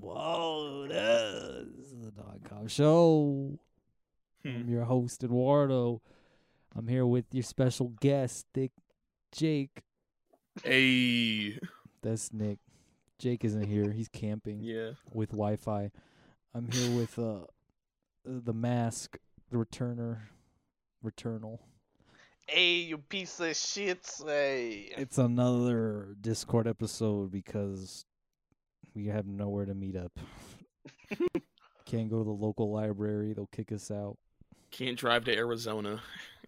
Whoa, this is a non-com show. I'm your host Eduardo. I'm here with your special guest, Dick Jake. Hey. That's Nick. Jake isn't here. He's camping Yeah. with Wi-Fi. I'm here with uh the mask, the returner, returnal. Hey, you piece of shit! Hey, It's another Discord episode because we have nowhere to meet up. Can't go to the local library. They'll kick us out. Can't drive to Arizona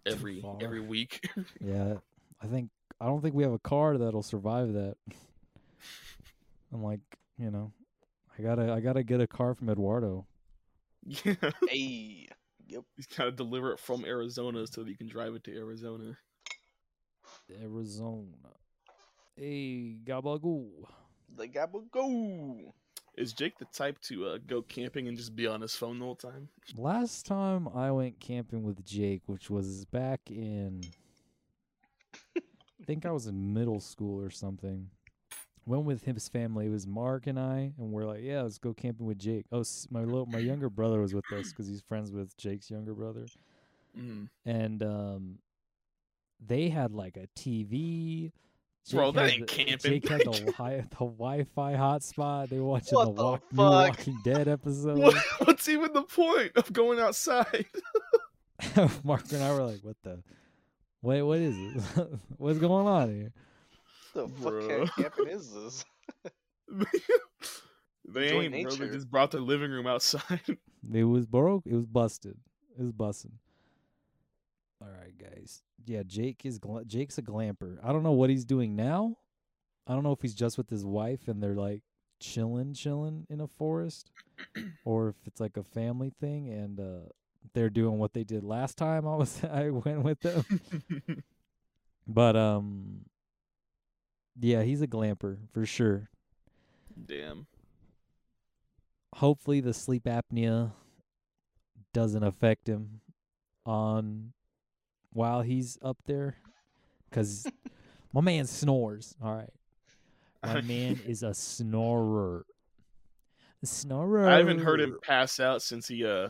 every far. every week. Yeah, I think I don't think we have a car that'll survive that. I'm like, you know, I gotta I gotta get a car from Eduardo. yeah. hey, yep. He's gotta deliver it from Arizona so that you can drive it to Arizona. Arizona. Hey, gabagoo. The gabba go. Is Jake the type to uh, go camping and just be on his phone the whole time? Last time I went camping with Jake, which was back in, I think I was in middle school or something. Went with his family. It was Mark and I, and we're like, yeah, let's go camping with Jake. Oh, s- my little, my younger brother was with us because he's friends with Jake's younger brother, Mm. and um, they had like a TV. Bro, that had ain't the- camping. Jake had the, wi- the Wi-Fi hotspot. They were watching What the, the walk, new fuck? Walking Dead episode. What, what's even the point of going outside? Mark and I were like, "What the? Wait, what is it? What's going on here?" The fuck Bruh. kind of camping is this? they Enjoy ain't. Bro. They nature. just brought their living room outside. It was broke. It was busted. It was busted. All right, guys. Yeah, Jake is gla- Jake's a glamper. I don't know what he's doing now. I don't know if he's just with his wife and they're like chilling, chilling in a forest, or if it's like a family thing and uh, they're doing what they did last time. I was I went with them. But um yeah, he's a glamper for sure. Damn. Hopefully the sleep apnea doesn't affect him on while he's up there cuz my man snores. All right. My man is a snorer. Snorer. I haven't heard Oh. him pass out since he uh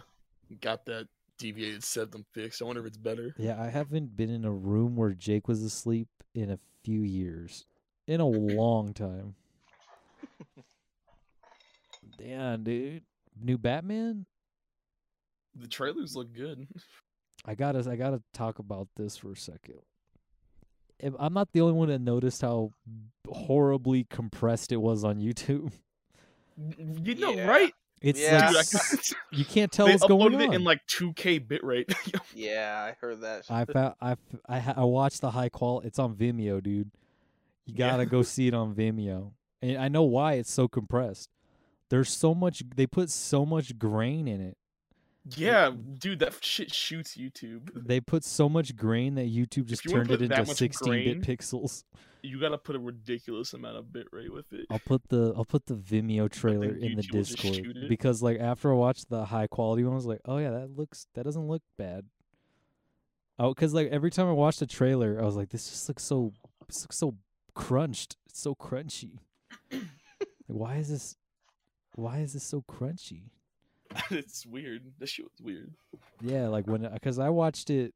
got that deviated septum fixed. I wonder if it's better. Yeah, I haven't been in a room where Jake was asleep in a few years. In a long time. Damn, dude. New Batman? The trailers look good. I gotta I gotta talk about this for a second. Am- I'm not the only one that noticed how horribly compressed it was on YouTube. You know, Yeah. right? It's Dude, Yeah. like I s- got- you can't tell they what's going uploaded on. it in like 2K bitrate. Yeah, I heard that. Shit. I found I f- I ha- I watched the high quality. It's on Vimeo, dude. You Yeah. gotta go see it on Vimeo, and I know why it's so compressed. There's so much. They put so much grain in it. yeah, dude, that shit shoots YouTube. They put so much grain that YouTube just you wanna turned it put that into much 16-bit grain- pixels. You gotta put a ridiculous amount of bitrate with it. I'll put the I'll put the Vimeo trailer in the YouTube will just shoot Discord it. because like after I watched the high quality one, I was like, oh yeah, that looks that doesn't look bad. Oh, because like every time I watched a trailer, I was like, this just looks so this looks so crunched, it's so crunchy. Like, why is this? Why is this so crunchy? it's weird. That shit was weird. Yeah, like when because I watched it.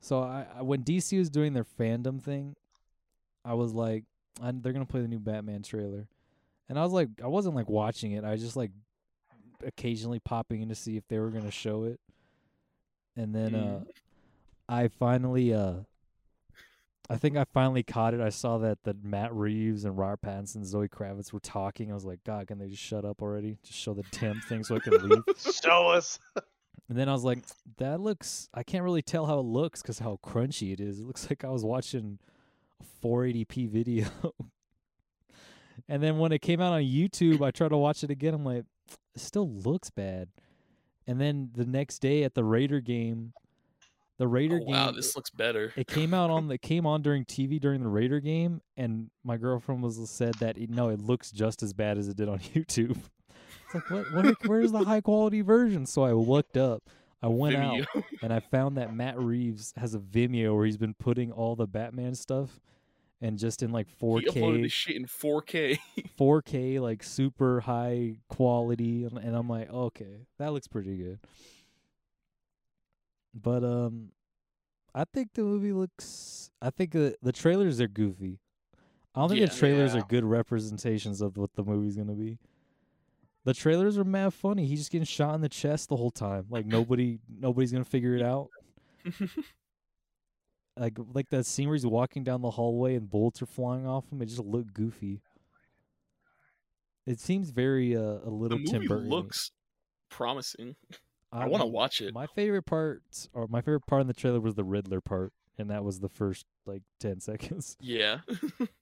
So I, I when DC was doing their fandom thing, I was like, I, they're gonna play the new Batman trailer, and I was like, I wasn't like watching it. I was just like occasionally popping in to see if they were gonna show it, and then uh, I finally uh. I think I finally caught it. I saw that the Matt Reeves and Robert Pattinson, and Zoe Kravitz were talking. I was like, God, can they just shut up already? Just show the damn thing so I can leave. Show us. And then I was like, that looks, I can't really tell how it looks because how crunchy it is. It looks like I was watching a 480p video. and then when it came out on YouTube, I tried to watch it again. I'm like, it still looks bad. And then the next day at the Raider game, the Raider Oh, wow, game, this looks better. it came out on, it came on during TV during the Raider game. And my girlfriend was said that, it, no, it looks just as bad as it did on YouTube. It's like, what, what, where's the high quality version? So I looked up. I went out Vimeo. and I found that Matt Reeves has a Vimeo where he's been putting all the Batman stuff and just in like He uploaded 4K, this shit in 4K. 4K, like super high quality, and, and I'm like, okay, that looks pretty good. But um, I think the movie looks. I think the the trailers are goofy. I don't think Yeah. the trailers Yeah. are good representations of what the movie's gonna be. The trailers are mad funny. He's just getting shot in the chest the whole time. Like nobody, nobody's gonna figure it out. Like like that scene where he's walking down the hallway and bullets are flying off him. It just looked goofy. It seems very uh, a the little Tim movie Burton-y. looks promising. I want to mean, watch it. My favorite parts, or my favorite part in the trailer, was the Riddler part, and that was the first like ten seconds. Yeah.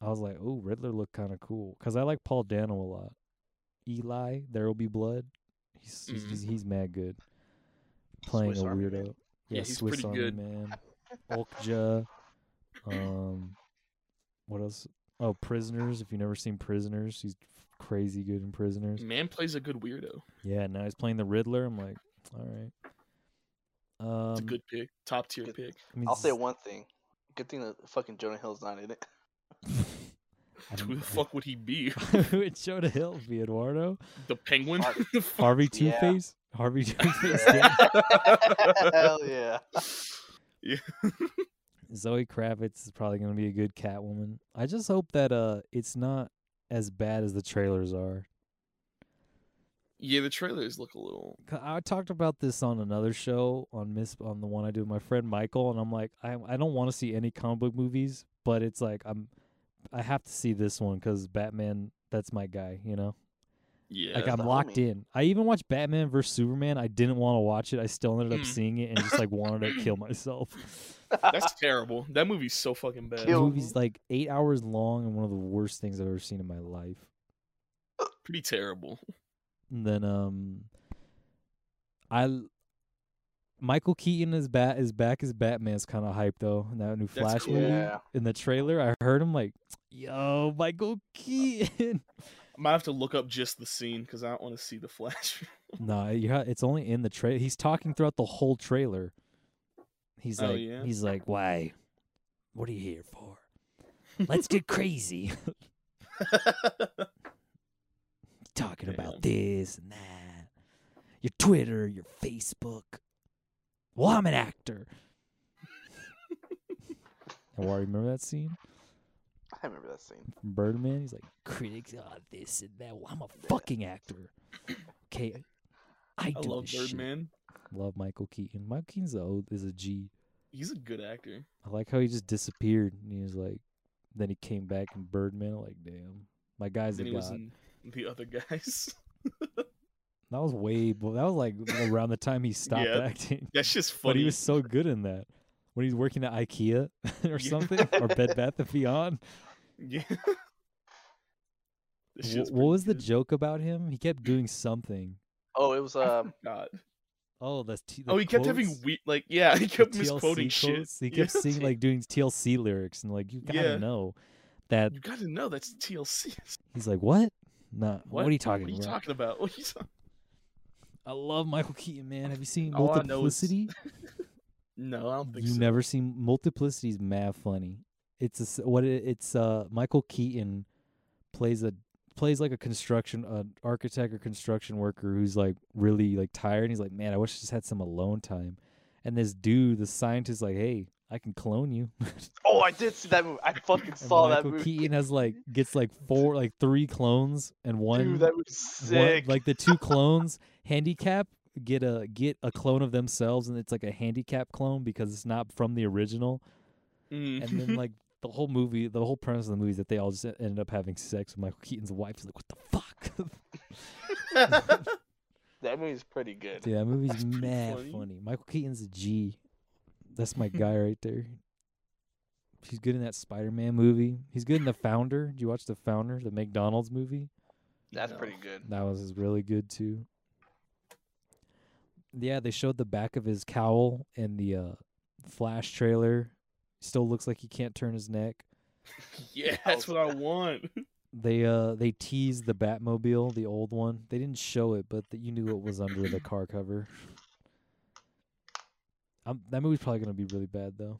I was like, "Oh, Riddler looked kind of cool," because I like Paul Dano a lot. Eli, There Will Be Blood, he's he's, Mhm. he's, he's mad good, playing Swiss a Army weirdo. Man. Yeah, he's Swiss pretty Army good. Man, Okja, um, what else? Oh, Prisoners. If you've never seen Prisoners, he's crazy good in Prisoners. Man plays a good weirdo. Yeah, now he's playing the Riddler. I'm like, all right. Um, It's a good pick. Top tier Good. pick. I mean, I'll say Z- one thing. Good thing that fucking Jonah Hill's not in it. I Who the don't- fuck would he be? Who would show to Hill be Eduardo? The penguin? Harvey. The fuck? Harvey Two Yeah. Face? Harvey Two Face? Hell yeah. Zoe Kravitz is probably going to be a good Catwoman. I just hope that uh, it's not as bad as the trailers are. Yeah, the trailers look a little. 'Cause I talked about this on another show on Miss on the one I do with my friend Michael, and I'm like, I I don't want to see any comic book movies, but it's like I'm I have to see this one because Batman. That's my guy, you know. Yeah. Like That's I'm the locked homie. in. I even watched Batman vs Superman. I didn't want to watch it. I still ended up Mm. Hmm. seeing it and just like wanted to kill myself. That's terrible. That movie's so fucking bad. The Kill- movie's like eight hours long and one of the worst things I've ever seen in my life. Pretty terrible. And then um, I l- Michael Keaton is bat is back as Batman's kind of hype though. in That new That's Flash cool. movie Yeah. in the trailer, I heard him like, "Yo, Michael Keaton." I might have to look up just the scene because I don't want to see the flash. No, you ha- it's only in the trailer. He's talking throughout the whole trailer. He's Oh, like, yeah? he's like, why? What are you here for? Let's get crazy. Talking about this and that. Your Twitter, your Facebook. Well, I'm an actor. and why remember that scene? I remember that scene. from Birdman. He's like, critics are this and that. Well, I'm a fucking actor. Okay. I, I do love this shit. Birdman. Love Michael Keaton. Michael Keaton's a, old- is a G. He's a good actor. I like how he just disappeared and he was like, then he came back in Birdman. I'm like, damn, my guy's a Then he was god. in the other guys. That was way, bo- that was like around the time he stopped Yeah. acting. That's just funny. But he was so good in that when he's working at IKEA or Yeah. something or Bed Bath and Beyond. Yeah. This Wh- shit's what was the pretty joke about him? He kept doing something. Oh, it was good. I um forgot. Oh, that's t- the oh, he kept having quotes? we like yeah, he the kept misquoting TLC shit. quotes. He Yeah. kept singing like doing TLC lyrics and like you gotta Yeah. know that You gotta know that's TLC. he's like what? Nah, what, are you talking What are you about? talking about? What are you talking? I love Michael Keaton, man. Have you seen All I know is- Multiplicity? No, I don't think You've so. never seen Multiplicity is mad funny. It's a s what it, it's uh Michael Keaton plays a plays like a construction an architect or construction worker who's like really like tired and he's like, "Man, I wish I just had some alone time." And this dude, the scientist like, "Hey, I can clone you." Oh, I did see that movie. I fucking And saw that Michael movie. Keaton has like gets like four like three clones and one Dude, that was one- sick. like the two clones handicap get a get a clone of themselves and it's like a handicap clone because it's not from the original Mm. and then like the whole movie the whole premise of the movie is that they all just e- ended up having sex with Michael Keaton's wife He's like what the fuck that movie's pretty good. dude that movie's That's pretty mad funny. funny Michael Keaton's a G that's my guy right there he's good in that Spider-Man movie he's good in the Founder did you watch the Founder the McDonald's movie That's No. pretty good. That was really good too. Yeah, they showed the back of his cowl in the uh, Flash trailer. Still looks like he can't turn his neck. Yeah, that's Oh. what I want. They uh they teased the Batmobile, the old one. They didn't show it, but th- you knew it was under the car cover. Um, that movie's probably gonna be really bad though.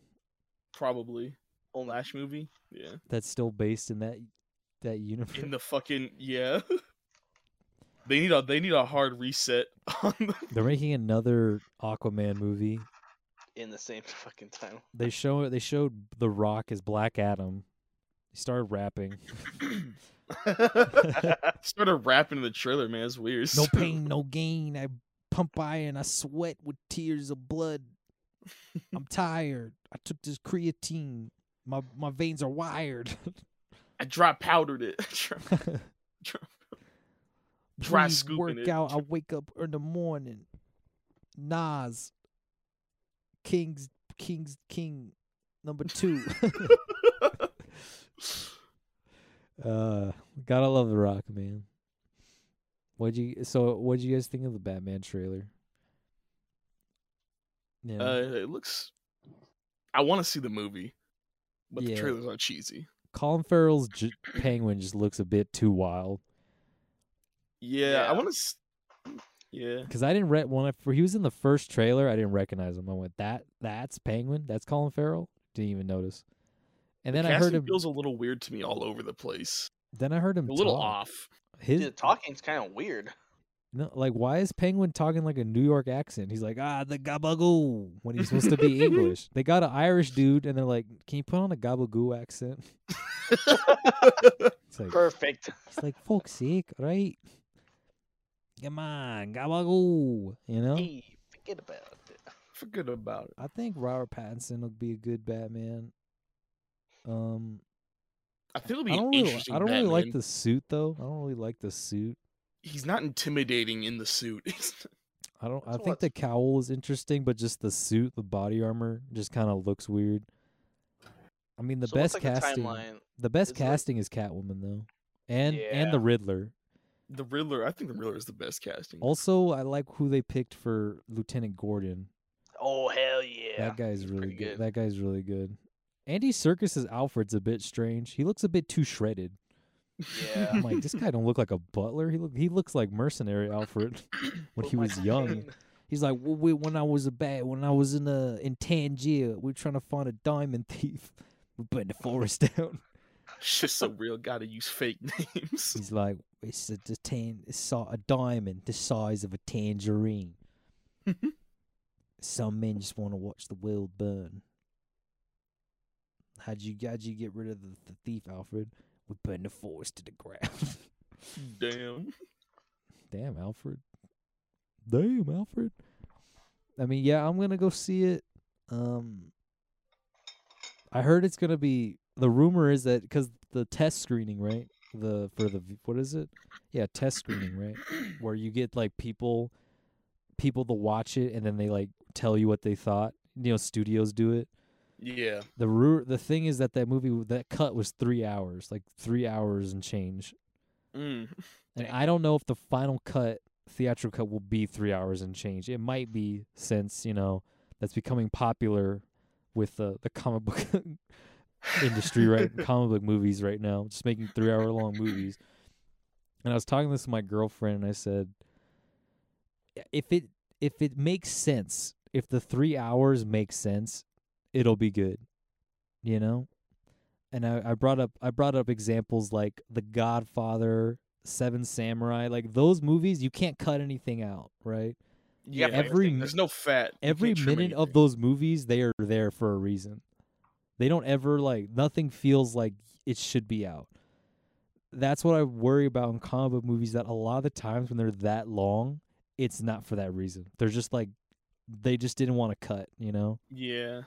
Probably. Only Flash movie? Yeah. That's still based in that that universe. in the fucking yeah. They need a they need a hard reset on the They're making another Aquaman movie. in the same fucking time. They show they showed The Rock as Black Adam. He started rapping. started rapping in the trailer, man. It's weird. No pain, no gain. I pump iron, I sweat with tears of blood. I'm tired. I took this creatine. My my veins are wired. I dry powdered it. Dry Please scooping work it. out. I wake up in the morning. Nas. King's King's King number two. uh gotta love the rock, man. What'd you so what'd you guys think of the Batman trailer? Yeah. uh, it looks. I want to see the movie, but Yeah. the trailers are cheesy. Colin Farrell's j- penguin just looks a bit too wild. Yeah, Yeah. I want to. S- yeah, Cause I didn't re- when I, for he was in the first trailer, I didn't recognize him. I went, "That that's Penguin. That's Colin Farrell." Didn't even notice. And then I heard Casting him. feels a little weird to me, all over the place, Then I heard him a little talk. off. His the talking's kind of weird. no, like, why is Penguin talking like a New York accent? He's like, "Ah, the gabagoo," when he's supposed to be English. They got an Irish dude, and they're like, "Can you put on a gabagoo accent?" It's like, Perfect. it's like, "Folks, sake, right? Come on, gabagoo," you know. Hey, forget about it. Forget about it. I think Robert Pattinson will be a good Batman. Um, I think it'll be I don't an really, interesting. I don't really like Batman. the suit though. I don't really like the suit. He's not intimidating in the suit. He's- I don't. I That's think what- the cowl is interesting, but just the suit, the body armor, just kind of looks weird. I mean, the So what's, best like, casting, timeline? the best It's like- casting is Catwoman though, and and the Riddler. the Riddler. I think the Riddler is the best Mm. casting. Also, I like who they picked for Lieutenant Gordon. Oh hell yeah! that guy's he's really pretty good. good. That guy's really good. Andy Circus's Alfred's a bit strange. He looks a bit too shredded. Yeah. I'm like, this guy don't look like a butler. He look he looks like mercenary Alfred when Oh he was Oh young. He's like, well, we, when I was a bad, when I was in uh in Tangier, we were trying to find a diamond thief. We burned the forest down. It's just a real guy to use fake names. He's like, it's a, the tan, it's so- a diamond the size of a tangerine. Some men just want to watch the world burn. How'd you how'd you get rid of the, the thief, Alfred? We burned the forest to the ground. Damn. Damn, Alfred. Damn, Alfred. I mean, yeah, I'm gonna go see it. Um, I heard it's gonna be. The rumor is that because the test screening, right? The for the what is it? Yeah, test screening, right? Where you get like people, people to watch it, and then they like tell you what they thought. You know, studios do it. Yeah. The ru- the thing is that that movie that cut was three hours, like three hours and change. Mm. And Dang. I don't know if the final cut, theatrical cut, will be three hours and change. It might be since you know that's becoming popular with the the comic book industry, right? comic book movies right now, just making three hour long movies. And I was talking this to my girlfriend, and I said, if it if it makes sense, if the three hours make sense, it'll be good, you know. And I, I brought up I brought up examples like The Godfather, Seven Samurai, like those movies you can't cut anything out, right? Yeah. Yeah, every everything. mi- there's no fat. You Every can't trim minute of anything. those movies they are there for a reason. They don't ever like nothing feels like it should be out. That's what I worry about in comic book movies that a lot of the times when they're that long, it's not for that reason. They're just like they just didn't want to cut, you know? Yeah.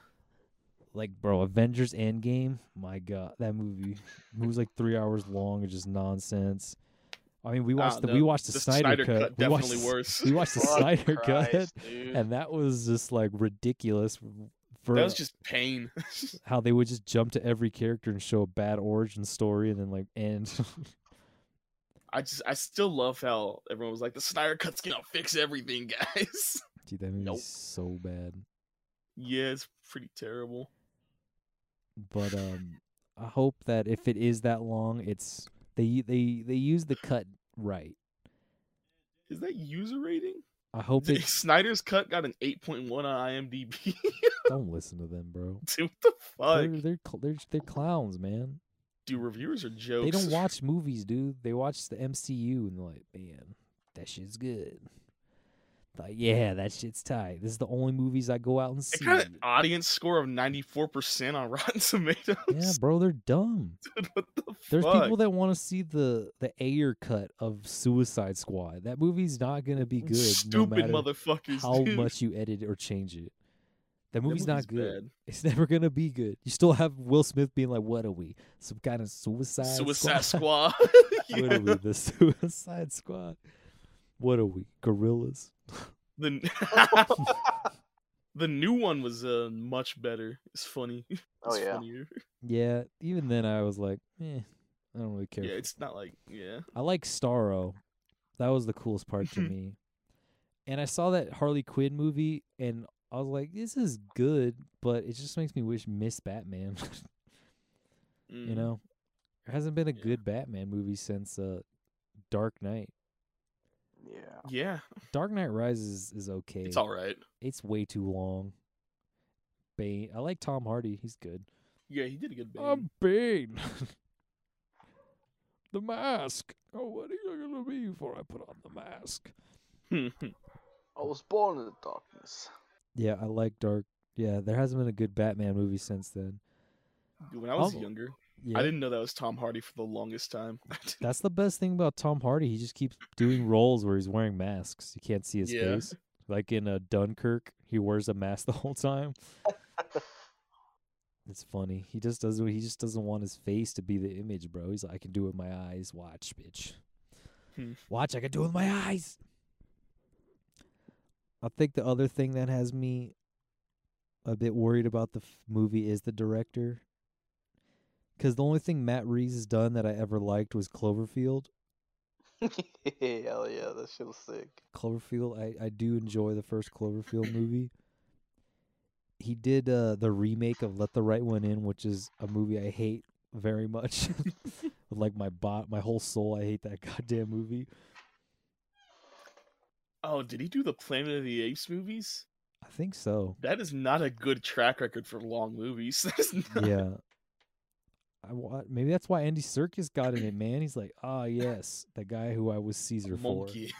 like bro avengers endgame my god that movie movie's like three hours long it's just nonsense i mean we watched Ah, the, the- we watched the, the snyder, cut, we watched, definitely the- worse. we watched the Fuck snyder cut Christ, dude. and that was just like ridiculous for That was just pain. how they would just jump to every character and show a bad origin story and then like end I just, I still love how everyone was like, the Snyder cut's gonna fix everything, guys. dude that movie's Nope. so bad yeah, it's pretty terrible. but um i hope that if it is that long it's they they they use the cut right Is that user rating? i hope it Snyder's cut got an 8.1 on IMDb. don't listen to them bro Dude, what the fuck? They're, they're cl- they're they're clowns, man. do reviewers are jokes. They don't watch movies, dude. They watch the MCU and they're like, man, that shit's good. Like, yeah, that shit's tight. This is the only movies I go out and It see. got an audience score of ninety four percent on Rotten Tomatoes. yeah, bro, they're dumb. Dude, what the There's fuck? people that want to see the the Ayer cut of Suicide Squad. That movie's not gonna be good, no Stupid matter motherfuckers. how dude. much you edit or change it. That That movie's not good. bad. It's never gonna be good. You still have Will Smith being like, "What are we? Some kind of suicide Suicide squad? Squad. Yeah. What are we? The Suicide Squad? What are we? Gorillas? Oh, The the new one was uh, much better. It's funny. It's Oh yeah. funnier. Yeah. Even then, I was like, eh, I don't really care. Yeah, it's not like yeah. I like Starro. That was the coolest part to Mhm. me. And I saw that Harley Quinn movie, and I was like, this is good, but it just makes me wish Miss Batman. you Mm. know, there hasn't been a Yeah. good Batman movie since uh, Dark Knight. Yeah. Yeah, Dark Knight Rises is okay. it's all right. It's way too long. Bane. I like Tom Hardy. He's good. Yeah, he did a good. Bane. Um, Bane. the mask. Oh, what are you gonna be before I put on the mask? I was born in the darkness. Yeah, I like Dark. Yeah, there hasn't been a good Batman movie since then. Dude, when I was Oh, younger, Yeah, I didn't know that was Tom Hardy for the longest time. that's the best thing about Tom Hardy. He just keeps doing roles where he's wearing masks. You can't see his Yeah. face. Like in uh, Dunkirk, he wears a mask the whole time. it's funny. He just doesn't. He just doesn't want his face to be the image, bro. He's like, I can do it with my eyes. Watch, bitch. Hmm. Watch, I can do it with my eyes. I think the other thing that has me a bit worried about the f- movie is the director. Because the only thing Matt Reeves has done that I ever liked was Cloverfield. Hell yeah, that shit was sick. Cloverfield, I, I do enjoy the first Cloverfield movie. He did uh, the remake of Let the Right One In, which is a movie I hate very much. With like my bot, my whole soul, I hate that goddamn movie. oh, did he do the Planet of the Apes movies? I think so. That is not a good track record for long movies. That is not- yeah. I wa- maybe that's why Andy Circus got in it, man. He's like, ah, yes, the guy who I was Caesar for. monkey.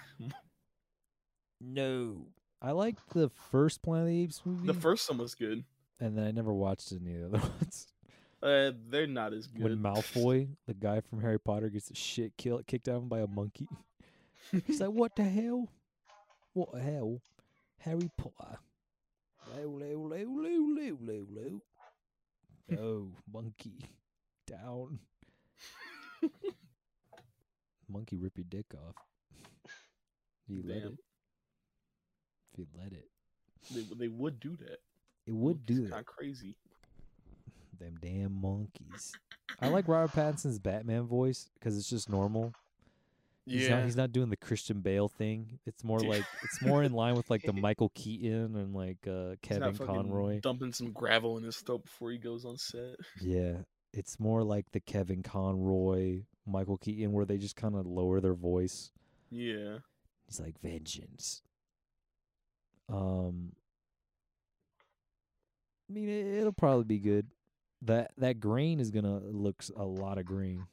No, I like the first Planet of the Apes movie, The first one was good. and then I never watched any of the other ones. Uh, they're not as good. when Malfoy, the guy from Harry Potter, gets the shit kill- kicked out of him by a monkey. He's like, "What the hell? What the hell? Harry Potter? Lou, lou, lou, lou, lou, lou, lou. No, monkey, down. monkey, rip your dick off. If you let Damn. it. If you let it, they, they would do that. it would do Kind that. of crazy. Them damn monkeys. I like Robert Pattinson's Batman voice because it's just normal. He's not, he's not doing the Christian Bale thing. It's more Dude. like it's more in line with like the Michael Keaton and like uh, He's Kevin not fucking Conroy. dumping some gravel in his throat before he goes on set. Yeah, it's more like the Kevin Conroy, Michael Keaton, where they just kind of lower their voice. Yeah. He's like vengeance. Um, I mean, it, it'll probably be good. That that grain is gonna looks a lot of green,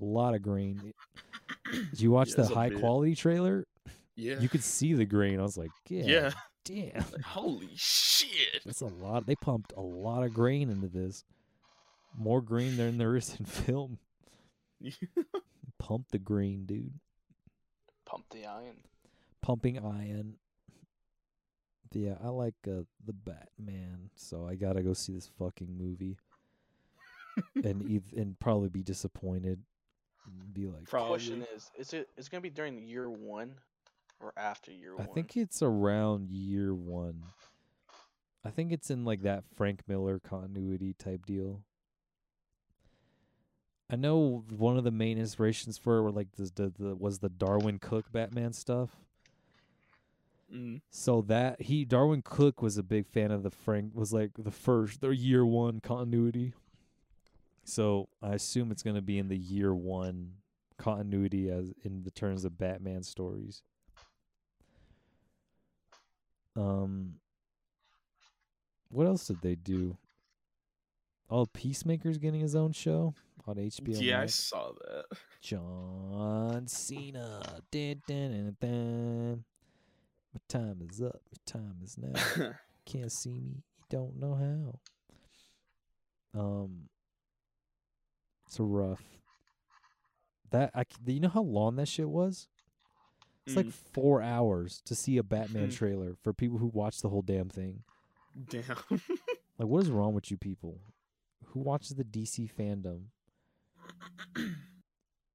a lot of green. Did you watch Yeah, the it's a high bit. quality trailer? Yeah. You could see the grain. I was like, yeah. yeah. damn. Like, holy shit. That's a lot. They pumped a lot of grain into this. More grain than there is in film. Pump the grain, dude. Pump the iron. Pumping iron. But yeah, I like uh, the Batman, so I gotta go see this fucking movie, and eith- and probably be disappointed. and Be like, Probably. Question is, is it is it gonna be during year one or after year I one? think it's around year one. I think it's in like that Frank Miller continuity type deal. I know one of the main inspirations for it were like the, the, the was the Darwin Cook Batman stuff. Mm. So that he Darwin Cook was a big fan of the Frank was like the first their year one continuity. So I assume it's gonna be in the year one continuity as in the terms of Batman stories. Um what else did they do? Oh, Peacemaker's getting his own show on HBO. yeah, I Max. saw that. John Cena. Dun, dun, dun, dun. My time is up. My time is now. Can't see me. You don't know how. Um, it's rough. That I c- you know how long that shit was? It's like Mm, four hours to see a Batman Mhm. trailer for people who watch the whole damn thing. damn. Like, what is wrong with you people? Who watches the DC fandom?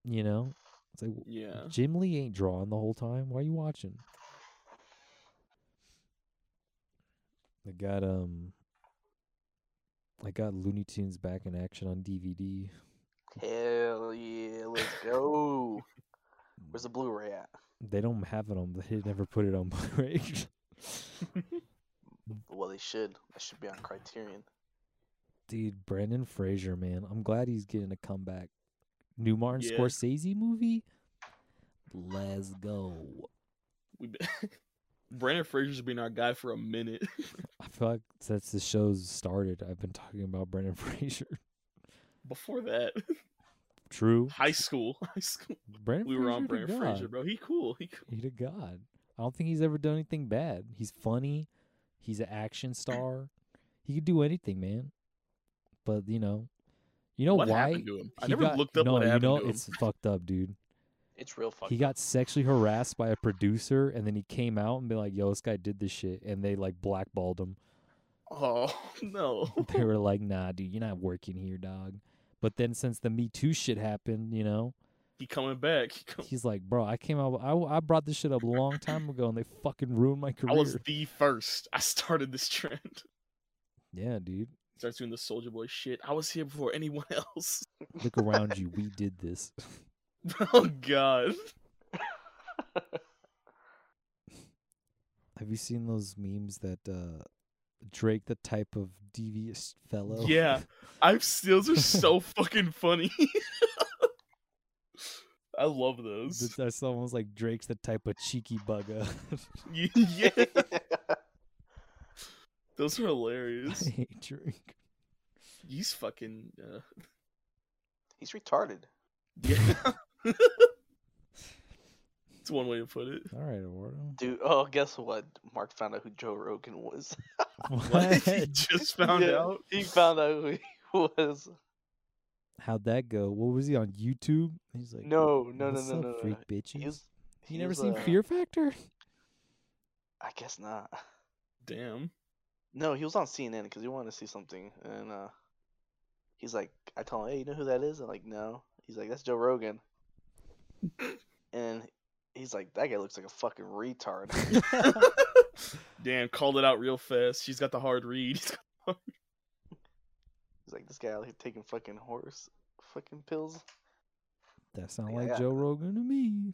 You know, it's like w- yeah. Jim Lee ain't drawing the whole time. Why are you watching? I got um, I got Looney Tunes back in action on DVD. Hell yeah, let's go. Where's the Blu-ray at? They don't have it on. They never put it on Blu-ray. Well, they should. That should be on Criterion. Dude, Brandon Fraser, man, I'm glad he's getting a comeback. New Martin Yeah. Scorsese movie. Let's go. We be- Brandon Fraser's been our guy for a minute. I feel like since the show's started, I've been talking about Brendan Fraser. Before that, True. high school, high school. Brendan We were on Brandon Fraser, Fraser. bro. He cool. He cool. He to God. I don't think he's ever done anything bad. He's funny. He's an action star. He could do anything, man. But you know, you know what why happened to him? I he never got- looked up no, what you happened know, to him. It's fucked up, dude. It's real fucking. he got sexually harassed by a producer and then he came out and be like yo this guy did this shit and they like blackballed him Oh no. they were like nah dude you're not working here dog but then since the me too shit happened you know he coming back. He come- he's like bro i came out i, I brought this shit up a long time ago and they fucking ruined my career I was the first. I started this trend. yeah dude Starts doing the Soldier Boy shit. I was here before anyone else. look around you we did this oh god. have you seen those memes that uh drake the type of devious fellow Yeah. I've stills are so fucking funny. I love those. that's almost like drake's the type of cheeky bugger Y- yeah. That's Those are i hilarious. hate drake He's fucking uh, He's retarded. yeah. It's one way to put it. All right, Eduardo. Dude, oh, guess what? Mark found out who Joe Rogan was. What? he just found Yeah, out. He found out who he was. How'd that go? What was he on YouTube? He's like, No, no, no, "What's no, up, no, no. freak no. bitches." He was, he you never was, seen uh, Fear Factor? I guess not. Damn. No, he was on CNN because he wanted to see something, and uh, he's like, I told him, hey, you know who that is? I'm like, no. He's like, that's Joe Rogan, and he's like, that guy looks like a fucking retard. Damn, called it out real fast. She's got the hard read. he's like, this guy out here taking fucking horse fucking pills. That sound Yeah, like yeah. Joe Rogan to me.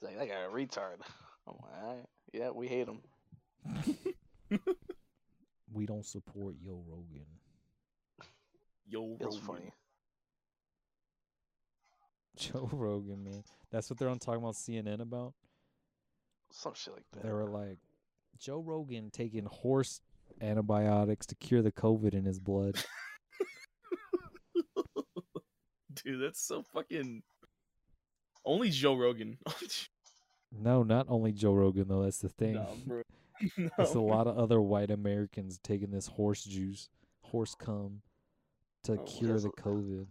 He's like, that guy a retard. I'm like, all right, yeah, we hate him. We don't support Yo Rogan. Yo, It was Rogan. funny. Joe Rogan, man. That's what they're on talking about CNN about. Some shit like that. They were like, Joe Rogan taking horse antibiotics to cure the COVID in his blood. Dude, that's so fucking. Only Joe Rogan. no, not only Joe Rogan though. That's the thing. Nah, bro. It's a No. lot of other white Americans taking this horse juice, horse cum, to Oh, cure yes. the COVID.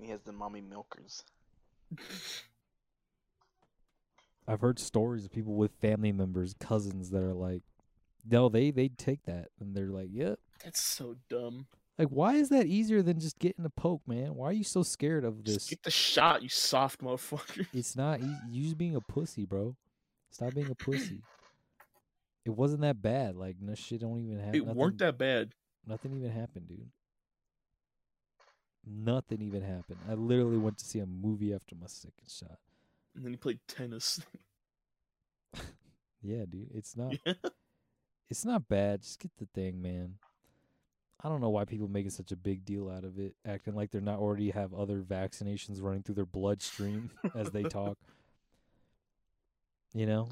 He has the mommy milkers. I've heard stories of people with family members, cousins that are like, no, they they take that and they're like, yep. That's so dumb. Like, why is that easier than just getting a poke, man? Why are you so scared of Just this? get the shot, you soft motherfucker. It's not easy. You just being a pussy, bro. Stop being a pussy. It wasn't that bad. Like, no shit, don't even happen. It weren't that bad. Nothing even happened, dude. Nothing even happened. I literally went to see a movie after my second shot. And then he played tennis. Yeah, dude. It's not. Yeah. It's not bad. Just get the thing, man. I don't know why people making such a big deal out of it, acting like they're not already have other vaccinations running through their bloodstream as they talk. You know,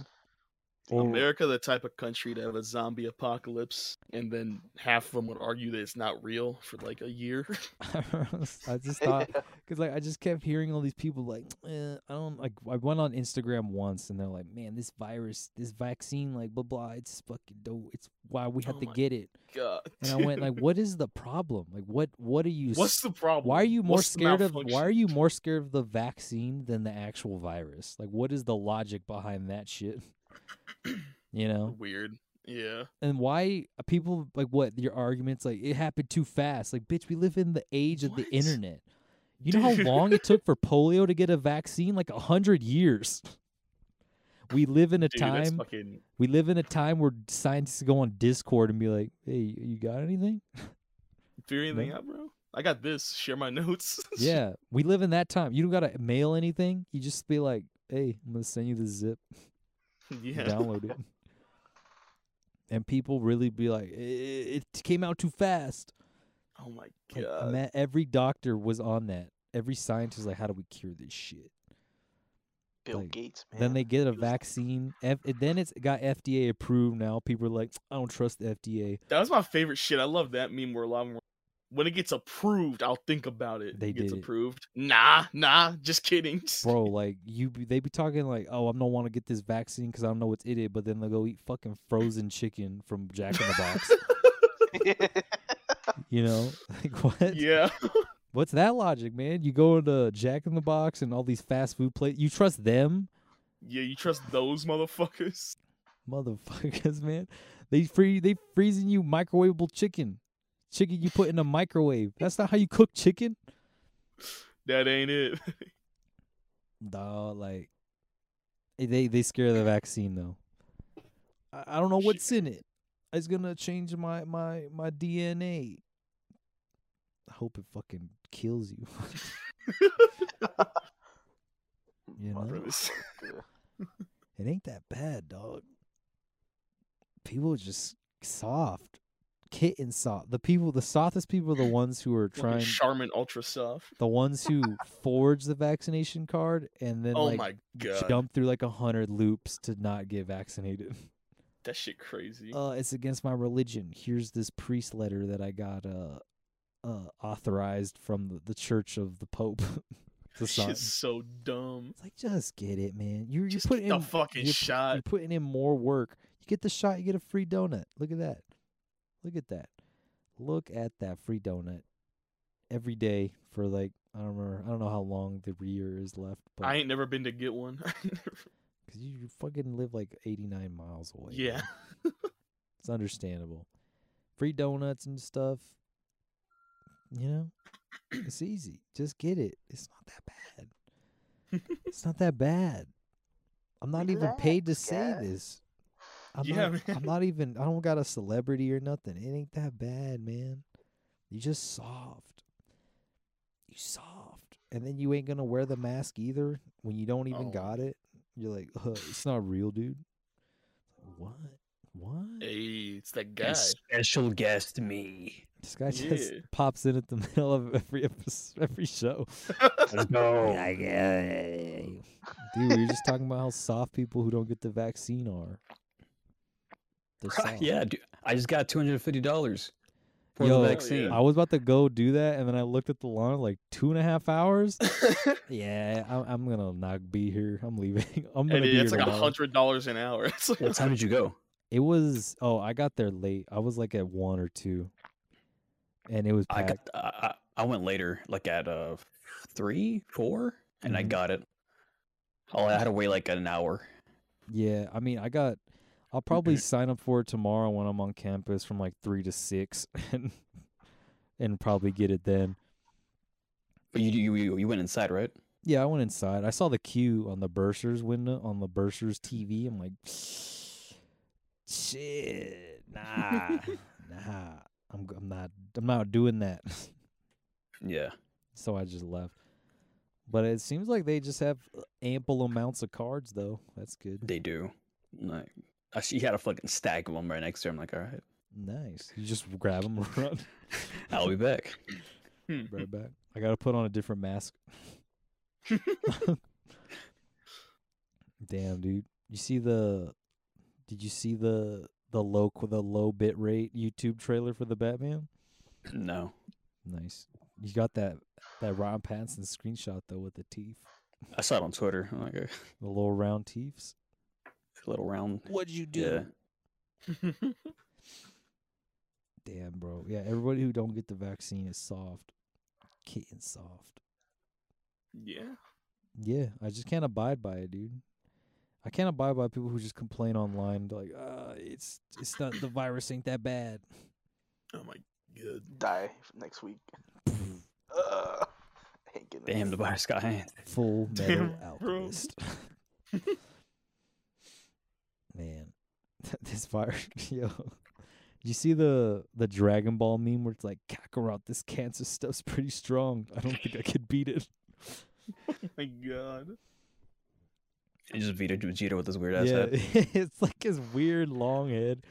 Or- America, the type of country to have a zombie apocalypse, and then half of them would argue that it's not real for like a year. I just thought Cause like I just kept hearing all these people like eh, I don't like I went on Instagram once and they're like man this virus this vaccine like blah blah it's fucking dope it's why we had Oh to my get it God, and I went like dude. what is the problem like what what are you what's s- the problem? why are you more What's the scared of why malfunction? are you more scared of the vaccine than the actual virus like what is the logic behind that shit you know Weird. Yeah. and why are people like what your arguments like it happened too fast like bitch we live in the age of What? the internet you know how Dude. long it took for polio to get a vaccine like a hundred years we live in a Dude, that's time fucking. we live in a time where scientists go on discord and be like hey you got anything Figure anything out, bro? I got this. Share my notes. yeah we live in that time you don't gotta mail anything you just be like hey i'm gonna send you the zip yeah. download it. And people really be like, it, it came out too fast. Oh my Like, god. ima- every doctor was on that. Every scientist was like, how do we cure this shit? Bill like, Gates, man. Then they get a It was- vaccine. F- then it's got FDA approved now. People are like, I don't trust the FDA. That was my favorite shit. I love that meme where a lot of them were- when it gets approved, I'll think about it. They it gets did it. approved. Nah, nah, just kidding. Bro, like, you, be, they be talking like, oh, I don't want to get this vaccine because I don't know what's in it. But then they'll go eat fucking frozen chicken from Jack in the Box. you know? Like, what? yeah. What's that logic, man? You go into Jack in the Box and all these fast food places. You trust them, Yeah, you trust those motherfuckers? motherfuckers, man. They free they freezing you microwavable chicken, chicken you put in a microwave. That's not how you cook chicken, That ain't it. dog. Like eh, they they scare the vaccine though. I, I don't know what's in it. It's gonna change my my my DNA. I hope it fucking kills you. you know? Bro, this- It ain't that bad, dog. People are just soft, kitten soft. The people, the softest people, are the ones who are fucking trying, Charmin Ultra Soft. the ones who forge the vaccination card and then Oh like my god. jump through like a hundred loops to not get vaccinated. That shit crazy. Uh, it's against my religion. Here's this priest letter that I got uh, uh authorized from the, the church of the Pope. to This sign. shit's It's so dumb. like just get it, man. You're you Just put get the in fucking you- shot. You're putting in more work. You get the shot, you get a free donut. Look at that. Look at that. Look at that free donut every day for like I don't remember. I don't know how long the year is left, but I ain't never been to get one. I never- 'cause you you fucking live like 89 miles away. yeah. man. it's understandable. Free donuts and stuff. You know, it's easy. Just get it. It's not that bad. it's not that bad. I'm not even paid to Relax, say guys. this. I'm, Yeah, not, man. I'm not even. I don't got a celebrity or nothing. It ain't that bad, man. You just soft. You soft, and then you ain't gonna wear the mask either when you don't even Oh. got it. You're like, "Huh, it's not real, dude. What? What? Hey, it's that guy. And special guest me. This guy just yeah. pops in at the middle of every episode, every show. Let's go. Dude, we were just talking about how soft people who don't get the vaccine are. They're soft. Oh. yeah, dude, I just got two hundred and fifty dollars for Yo, the vaccine. Yeah. I was about to go do that, and then I looked at the lawn like two and a half hours. yeah, I'm, I'm gonna not be here. I'm leaving. I'm gonna And be here it's like a tomorrow. hundred dollars an hour. It's like What time did you go? It was oh, I got there late. I was like at one or two, and it was I packed. got. I, I I went later, like at uh three, four, and I Mhm. got it. Oh, I had to wait like an hour. yeah, I mean, I got. I'll probably sign up for it tomorrow when I'm on campus from like three to six, and and probably get it then. But you you you, you went inside, right? Yeah, I went inside. I saw the queue on the Bursars window on the Bursars TV. I'm like, shit, nah, nah. I'm g- I'm not I'm not doing that. Yeah. so I just left. But it seems like they just have uh, ample amounts of cards, though. That's good. They do. Like, I, she had a fucking stack of them right next to her. I'm like, all right, Nice. You just grab them, run I'll be back. Hmm. right back. I gotta put on a different mask. Damn, dude. You see the Did you see the the low qu- the low bit rate YouTube trailer for the Batman? No. Nice. You got that that Ron Pattinson screenshot though with the teeth, I saw it on Twitter. I'm like a the little round teeths. little round. What'd you Yeah. Damn, bro. Yeah, everybody who don't get the vaccine is soft, kitten soft. yeah. Yeah, I just can't abide by it, dude. I can't abide by people who just complain online they're like, uh, it's it's not the virus ain't that bad. Oh my god. Die f- next week. Ugh. I hate getting Damn, it. the virus got hand. Full metal Damn, bro. alchemist. Man, this virus, yo. Did you see the the Dragon Ball meme where it's like Kakarot? This cancer stuff's pretty strong. I don't think I could beat it. My god. He just beat Vegeta with his weird ass yeah, head. it's like his weird long head.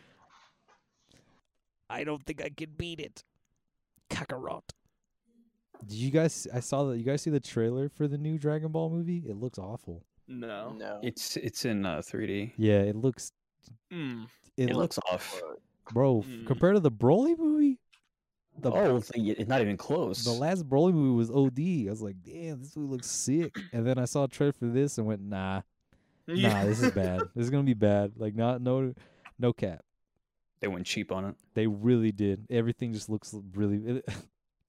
I don't think I could beat it, Kakarot. Do you guys? I saw that. You guys see the trailer for the new Dragon Ball movie? It looks awful. No. No. It's it's in uh, 3D. Yeah, it looks. Mm. It, It looks, looks off. But bro, f- Mm. compared to the Broly movie, the oh, it's it's not even close. the last Broly movie was OD. I was like, damn, this movie looks sick. And then I saw a trailer for this and went, nah, nah, this is bad. This is gonna be bad. Like, not no, no cap. they went cheap on it. They really did. Everything just looks l- really. It,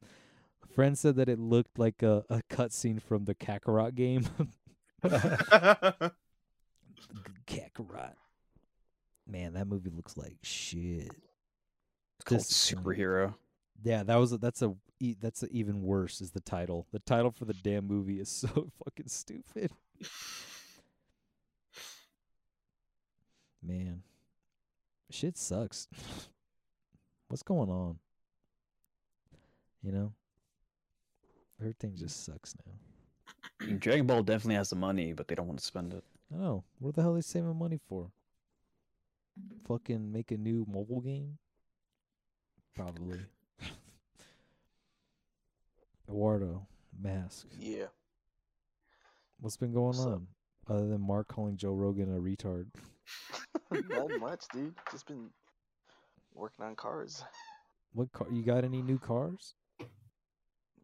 friend said that it looked like a, a cutscene from the Kakarot game. Kakarot. Man, that movie looks like shit. It's called This- superhero. Yeah, that was a, that's a e- that's a, even worse is the title. The title for the damn movie is so fucking stupid. Man, shit sucks. What's going on? You know, everything just sucks now. Dragon Ball definitely has the money, but they don't want to spend it. I don't know. What the hell are they saving money for? Fucking make a new mobile game? Probably. Eduardo, mask. yeah. What's been going What's up? on? Other than Mark calling Joe Rogan a retard. Not much, dude. Just been working on cars. What car you got any new cars?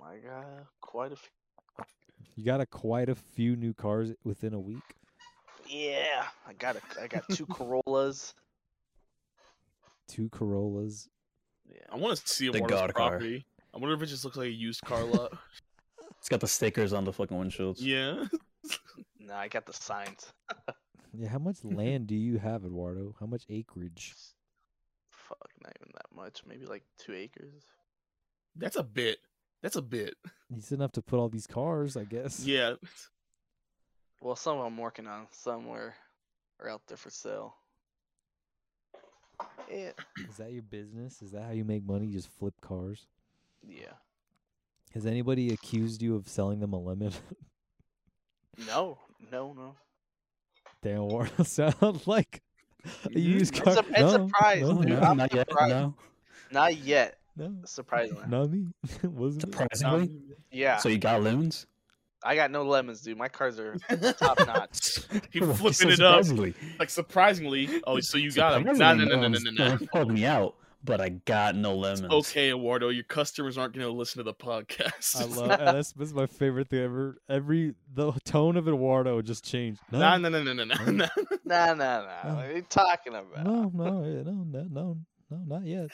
My God, quite a few. You got a quite a few new cars within a week. Yeah, I got a, I got two Corollas. Two Corollas. Yeah. I want to see The a water God car. property. I wonder if it just looks like a used car lot. It's got the stickers on the fucking windshields. yeah. No, I got the signs. Yeah, how much land do you have, Eduardo? How much acreage? Fuck, not even that much. Maybe like two acres. That's a bit. That's a bit. It's enough to put all these cars, I guess. Yeah. Well, some I'm working on. Some are, are out there for sale. Eh, Yeah. Is that your business? Is that how you make money? You just flip cars? Yeah. Has anybody accused you of selling them a lemon? No, no, no. Damn, Warren sound like a Mhm. used I'm car. sup- I'm no, surprised, Oh, no, dude. no, I'm not yet. surprised. No, Not yet. no, Surprisingly. not me. Wasn't me. surprisingly. Yeah. So you got loons? I got no lemons, dude. My cars are top notch. He Well, flipping it up. surprisingly. Like surprisingly. Oh, so you got him. Surprisingly, No, no, no, no, no, no no, one called me out, but I got no lemons. no. Okay, Eduardo, your customers aren't going to listen to the podcast. I love and that's, that's my favorite thing ever. Every the tone of Eduardo just changed. No, No, no, no, no, no, no, no. Nah, nah, nah. No. What are you talking about? no, no, yeah, no, no, no, no, not yet.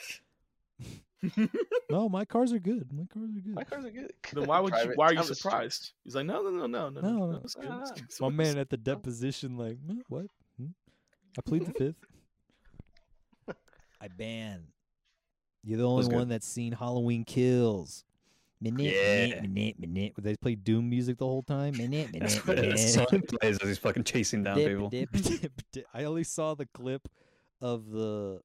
no, my cars are good. My cars are good. My cars are good. Then why would you? Private Why are you down the street. surprised? He's like, no, no, no, no, no, No, no. no, it's good, it's no, good, it's my good." man Oh. at the deposition, like, "Hmm, what? Hmm? I plead the fifth. I ban. You're the only was good. one that's seen Halloween Kills. Minute, Yeah. minute, minute, minute. They play Doom music the whole time. Minute, That's minute, what his son minute. plays as he's fucking chasing down Dip, people. dip, dip, dip. I only saw the clip of the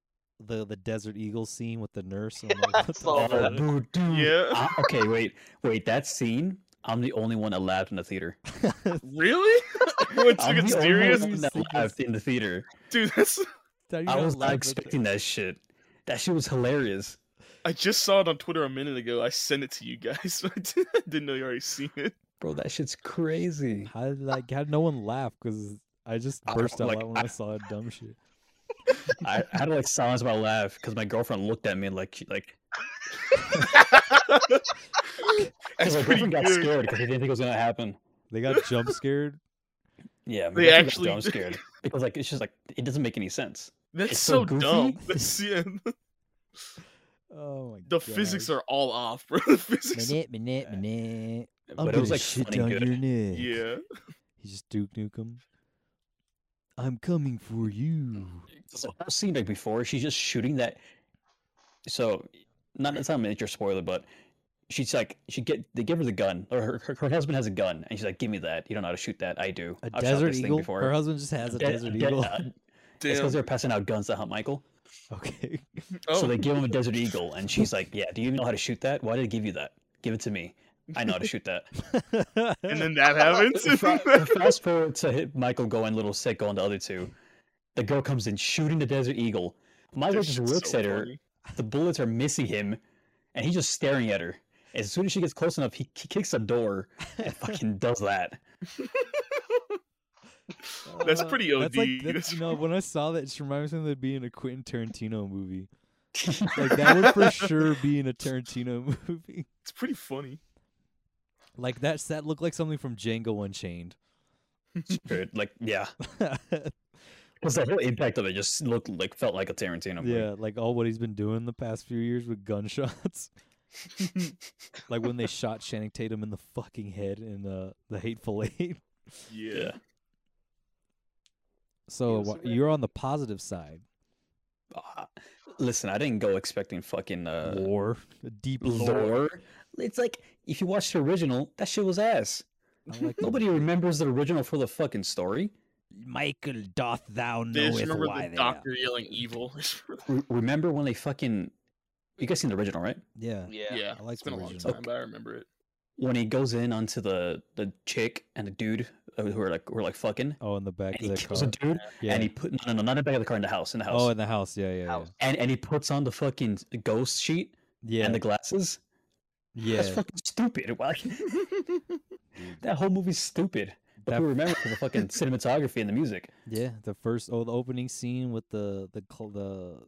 the the Desert Eagle scene with the nurse. And I'm like, I what the saw fuck? that. boo, Oh, dude. Oh, Yeah. I- okay, wait, wait. That scene, I'm the only one allowed in the theater. Really? Everyone took I'm it the only serious, one that Serious? laughed in the theater. dude. This How do you I not was laugh not at that? expecting that shit. That shit was hilarious. I just saw it on Twitter a minute ago. I sent it to you guys. I didn't know you already seen it. Bro, that shit's crazy. How did like how did no one laugh? Because I just I don't- burst out like, loud when I saw that dumb shit. I, I had to like silence my laugh because my girlfriend looked at me like she, like That's because my pretty girlfriend got good. scared because she didn't think it was gonna happen. They got jump scared. Yeah, my They girlfriend got actually dumb did. scared because like it's just like it doesn't make any sense. That's It's so so dumb. goofy. That's, yeah, Oh my the god. physics are all off, bro. The physics. minute, minute, minute. I'm but it gonna was like shit funny down good. your neck. Yeah. He just Duke Nukem. I'm coming for you. So I've seen like before. She's just shooting that. So not it's not a major spoiler, but she's like she get they give her the gun or her, her, her husband has a gun and she's like, give me that. You don't know how to shoot that. I do. A I've shot desert this thing eagle. before." Her husband just has a De- desert de- eagle. uh, it's Damn. because they're passing out guns to Hunt Michael. okay. Oh, So they give him a desert eagle, and she's like, "Yeah, do you even know how to shoot that? Why did I give you that? Give it to me. I know how to shoot that." and then that happens. Fa- Fast forward to hit Michael going little sick on the other two. The girl comes in shooting the desert eagle. Michael That just shit's looks so at her. funny. The bullets are missing him, and he's just staring at her. As soon as she gets close enough, he, he kicks a door and fucking does that. That's Uh, pretty That's like OD. that's, you know when I saw that, it just reminds me of being a Quentin Tarantino movie. That's Like that would for sure be in a Tarantino movie. It's pretty funny. Like that's that looked like something from Django Unchained. good. Like, yeah, because the whole impact of it just looked like felt like a Tarantino movie. yeah, like all what he's been doing the past few years with gunshots. like when they shot Channing Tatum in the fucking head in uh, the Hateful Eight. Yeah. So was wha- a very you're on the positive side. Uh, listen, I didn't go expecting fucking uh, lore, The deep lore. lore. It's like if you watch the original, that shit was ass. I like the- Nobody remembers the original for the fucking story. Michael, doth thou They knoweth just remember why the they are- doctor yelling evil. Re- remember when they fucking you guys seen the original, right? Yeah, Yeah. yeah. I like it's been the a long original. time, but I remember it. When he goes in onto the the chick and the dude uh, who are like who are like fucking, Oh, in the back and of he the kills car. a dude, yeah. and he put no no no not in the back of the car in the house in the house, oh, in the house. Yeah, yeah, yeah. House. and and he puts on the fucking ghost sheet Yeah, and the glasses. yeah. That's fucking stupid. Why? that whole movie's stupid. But That- who remember the fucking cinematography and the music? yeah, the first oh, the opening scene with the the cl- the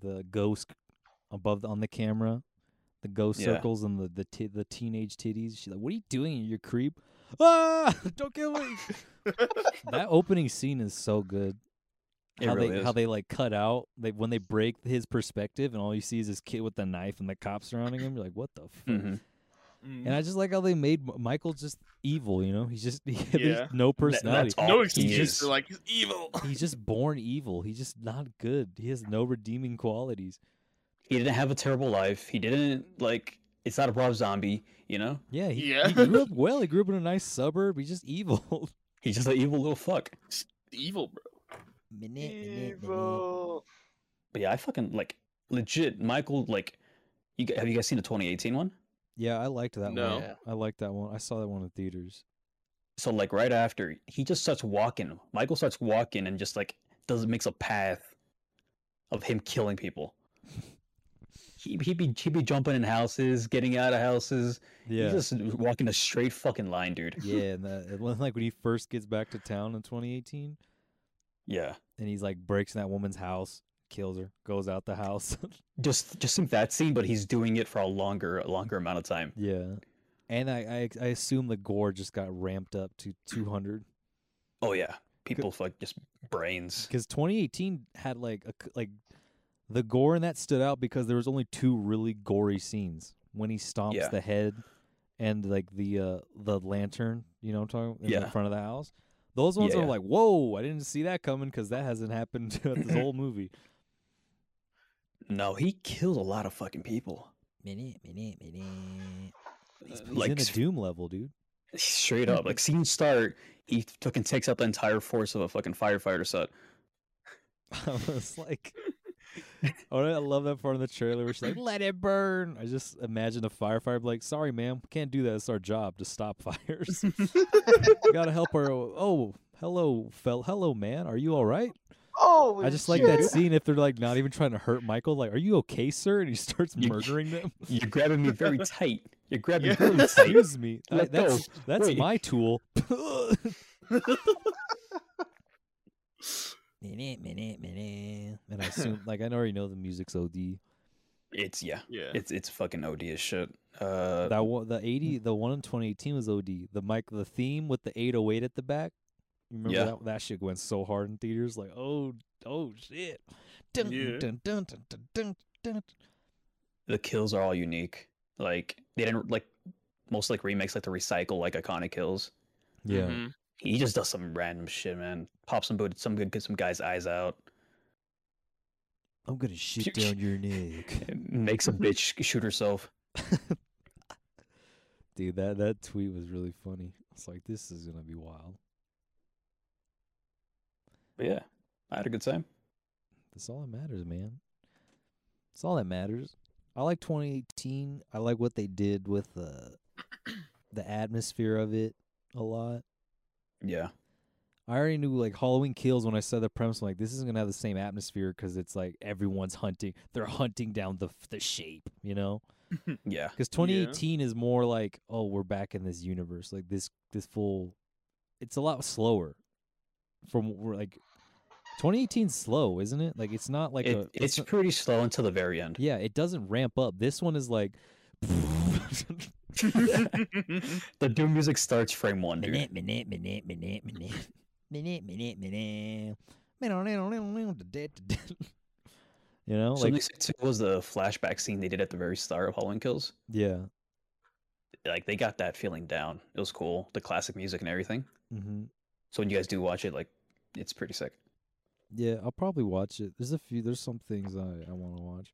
the ghost above the, on the camera, the ghost Yeah. circles and the the t- the teenage titties. She's like, "What are you doing? You're creep." Ah, don't kill me. that opening scene is so good. It how really they is. how they like cut out they when they break his perspective and all you see is this kid with the knife and the cops surrounding him. You're like, what the? Fuck? Mhm. Mm. And I just like how they made M- Michael just evil. You know, he's just he, Yeah. there's no personality. all no he excuses. is. They're like he's evil. He's just born evil. He's just not good. He has no redeeming qualities. He didn't have a terrible life. He didn't like. It's not a Rob Zombie, you know. Yeah, he, Yeah. he grew up well. He grew up in a nice suburb. He's just evil. He's just an evil little fuck. Evil, bro. minute, minute, minute. Evil. But yeah, I fucking like legit. Michael, like, you g- have you guys seen the 2018 one? Yeah, I liked that No. one. I liked that one. I saw that one in theaters. So like right after he just starts walking. Michael starts walking and just like does makes a path of him killing people. He he be he be jumping in houses, getting out of houses. Yeah. He's just walking a straight fucking line, dude. yeah, and that, it was like when he first gets back to town in 2018, Yeah. and he's like breaks in that woman's house, kills her, goes out the house. Just just think that scene, but he's doing it for a longer a longer amount of time. yeah, and I, I ex- I assume the gore just got ramped up to 200 Oh yeah, people fuck just brains. because 2018 had like a c like the gore in that stood out because there was only two really gory scenes when he stomps Yeah. the head and like the uh the lantern, you know what I'm talking in the Yeah. front of the house. Those ones Yeah, are yeah. like, whoa! I didn't see that coming because that hasn't happened throughout this whole movie. No, he killed a lot of fucking people. Minute, minute, minute. Uh, He's, he's Uh, like in a s- Doom level, dude. straight up, like scene start, he fucking takes out the entire force of a fucking firefighter set. I was like, oh, I love that part of the trailer where she's like, "Let it burn." I just imagine a firefighter be like, "Sorry, ma'am, we can't do that. It's our job to stop fires. we gotta help our." Oh, hello, fell. Hello, man. Are you all right? Holy I just like shit. that scene. If they're like not even trying to hurt Michael, like, "Are you okay, sir?" And he starts You- murdering them. You're grabbing me very tight. You're grabbing Yeah. really tight. Excuse me. I- Let that's that's Wait. my tool. minute, minute, minute. And I assume, like, I already know the music's OD. It's yeah. Yeah. It's it's fucking OD as shit. Uh, that one, the eighty, the one in twenty eighteen was OD. The mic, the theme with the eight oh eight at the back. You remember Yeah. that? That shit went so hard in theaters. Like, oh, oh shit. Dun, Yeah. dun, dun, dun, dun, dun, dun. the kills are all unique. Like they didn't like most like remakes like to recycle like iconic kills. Yeah. Mhm. He just does some random shit, man. Pops some boot, some good, get some guy's eyes out. I'm gonna shit Phew. down your neck, and Makes a bitch shoot herself. dude. That that tweet was really funny. It's like this is gonna be wild. But yeah, I had a good time. That's all that matters, man. That's all that matters. I like 2018. I like what they did with the the atmosphere of it a lot. Yeah, I already knew like Halloween Kills when I saw the premise. I'm like, this isn't gonna have the same atmosphere because it's like everyone's hunting. They're hunting down the the shape, you know. yeah, Because 2018 is more like, oh, we're back in this universe. Like this this full. It's a lot slower. From what we're like, 2018 's slow, isn't it? Like it's not like it, a, it's not- pretty slow until the very end. yeah, it doesn't ramp up. This one is like. Mm-hmm. the doom music starts frame one, dude. minute, minute, minute, minute, minute, minute, minute, minute. You know, Something like sick too was the flashback scene they did at the very start of Halloween Kills. yeah, Like they got that feeling down. It was cool. The classic music and everything. hmm So when you guys do watch it, like it's pretty sick. yeah. I'll probably watch it. There's a few. There's some things I I want to watch.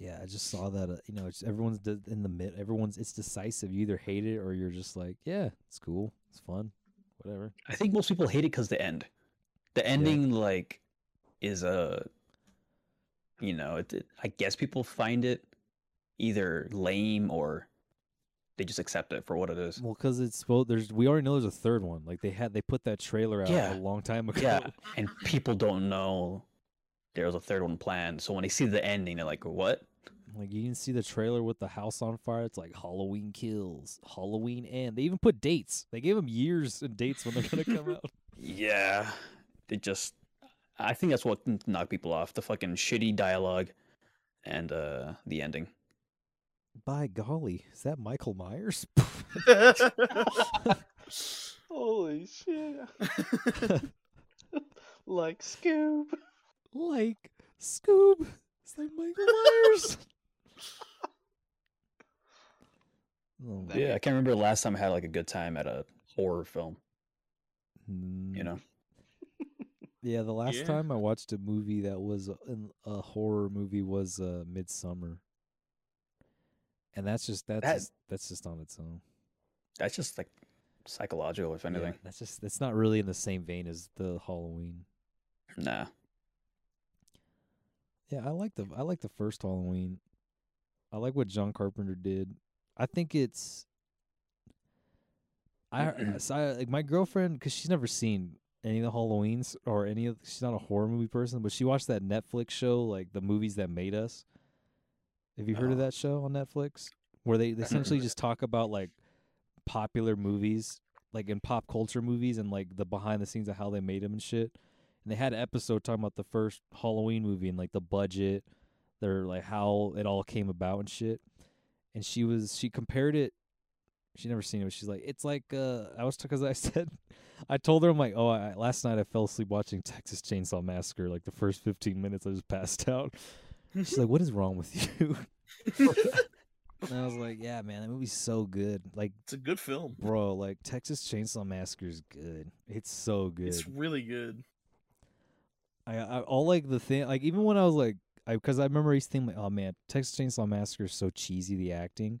Yeah, I just saw that. Uh, you know, it's, everyone's de- in the mid. Everyone's it's decisive. You either hate it or you're just like, yeah, it's cool, it's fun, whatever. I think most people hate it because the end. The ending like is a you know, it, it- I guess people find it either lame or they just accept it for what it is. Well, because it's well, there's we already know there's a third one. Like they had they put that trailer out Yeah. a long time ago. Yeah, and people don't know there was a third one planned. So when they see the ending, they're like, "What?" Like you can see the trailer with the house on fire. It's like Halloween kills, Halloween and they even put dates. They gave them years and dates when they're gonna come out. Yeah, it just. I think that's what can knock people off: the fucking shitty dialogue and uh the ending. By golly, is that Michael Myers? Holy shit! like Scoob. like Scoob, is that Michael Myers? oh, That- Yeah, I can't remember the last time I had like a good time at a horror film. You mm. know, Yeah, the last Yeah. time I watched a movie that was in a horror movie was uh, Midsummer, and that's just that's That- just, that's just on its own. that's just like psychological, if Yeah, anything. that's just that's not really in the same vein as the Halloween. Nah, Yeah, I like the I like the first Halloween. I like what John Carpenter did. I think it's I so I, like my girlfriend cuz she's never seen any of the Halloweens or any of she's not a horror movie person, but she watched that Netflix show like the movies that made us. Have you heard of Oh. that show on Netflix where they, they essentially Mm-mm. just talk about like popular movies, like in pop culture movies and like the behind the scenes of how they made them and shit. And they had an episode talking about the first Halloween movie and like the budget, their like how it all came about and shit. And she was she compared it. She never seen it, but she's like, it's like uh, I was because I said, I told her I'm like, oh, I, last night I fell asleep watching Texas Chainsaw Massacre. Like the first 15 minutes, I just passed out. She's like, what is wrong with you? and I was like, yeah, man, that movie's so good. Like, It's a good film. bro, like Texas Chainsaw Massacre is good. It's so good. It's really good. I, I all like the thing like even when I was like I because I remember I used to think like oh man Texas Chainsaw Massacre is so cheesy the acting. And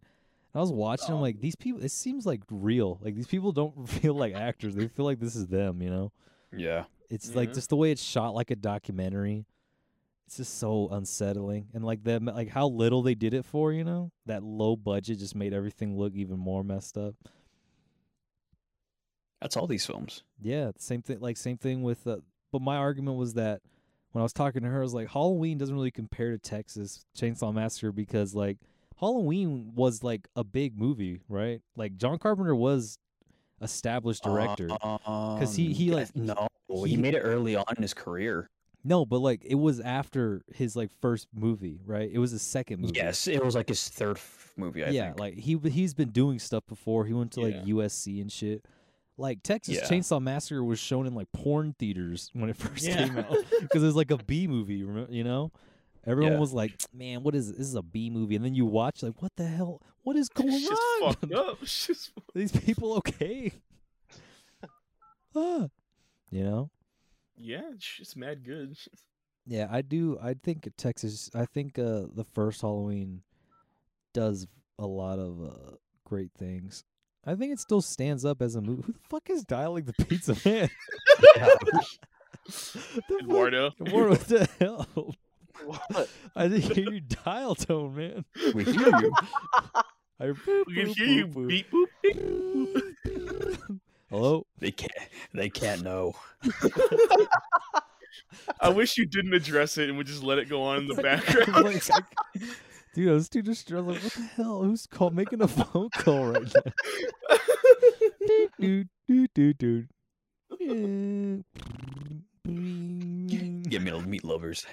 I was watching I'm Oh. like these people it seems like real like these people don't feel like actors they feel like this is them you know yeah, it's like Yeah. just the way it's shot like a documentary it's just so unsettling and like them like how little they did it for you know that low budget just made everything look even more messed up that's all these films. Yeah, same thing. Like same thing with. Uh, but my argument was that when I was talking to her, I was like, Halloween doesn't really compare to Texas Chainsaw Massacre because like Halloween was like a big movie, Uh-huh. right? Like John Carpenter was established director because he he like Um, no, Well, he He- made it early on in his career. No, but like it was after his like first movie, right? It was his second movie. Yes, it was like his third f- movie. I yeah, think. like he he's been doing stuff before. He went to like Yeah. USC and shit. Like Texas Yeah. Chainsaw Massacre was shown in like porn theaters when it first Yeah. came out because it was like a B movie, remem- you know? Everyone Yeah. was like, "Man, what is this? is a B movie?" And then you watch like, "What the hell? What is going It's just on? fucked up. It's just- These people okay?" ah. You know? yeah, it's just mad good. Yeah, I do. I think Texas. I think uh, the first Halloween does a lot of uh, great things. I think it still stands up as a movie. Who the fuck is dialing the pizza man? The fuck- Eduardo. Eduardo, what the hell? What? I didn't hear you dial tone, man. we hear you. I boop, We can boop, hear you boop, boop. beep boop beep. Hello. They can't. They can't know. I wish you didn't address it and would just let it go on in the I'm background. like- dude, I was too distraught. Like, what the hell? Who's call making a phone call right now? Dude, dude, dude, dude. Yeah, Get me the meat lovers.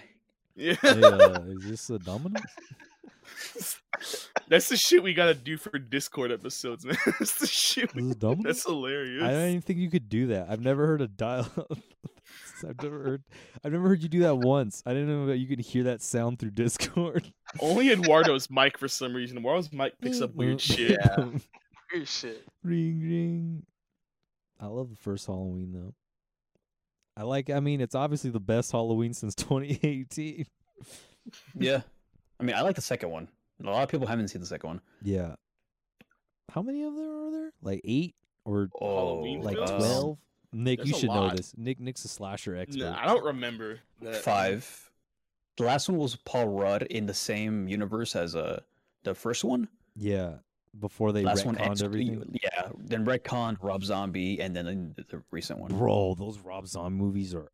yeah. Hey, uh, is this a domino? That's the shit we gotta do for Discord episodes, man. That's the shit. Is We... this a domino? That's Mm-hmm. I don't hilarious. even think you could do that. I've never heard a dial. I've never heard. I've never heard you do that once. I didn't know that you could hear that sound through Discord. Only Eduardo's mic for some reason. Eduardo's mic picks up weird shit. Yeah. Weird shit. ring ring. I love the first Halloween though. I like. I mean, it's obviously the best Halloween since 2018. Yeah. I mean, I like the second one. A lot of people haven't seen the second one. Yeah. How many of there are there? Like eight or Oh, Halloween like films? um, twelve? Nick, you There's a should know lot. this. Nick, Nick's a slasher expert. Nah, I don't remember. That. five. The last one was Paul Rudd in the same universe as uh the first one. Yeah, before they last one, retconned actually- everything. yeah. Then retconned Rob Zombie, and then the, the recent one. Bro, those Rob Zombie movies are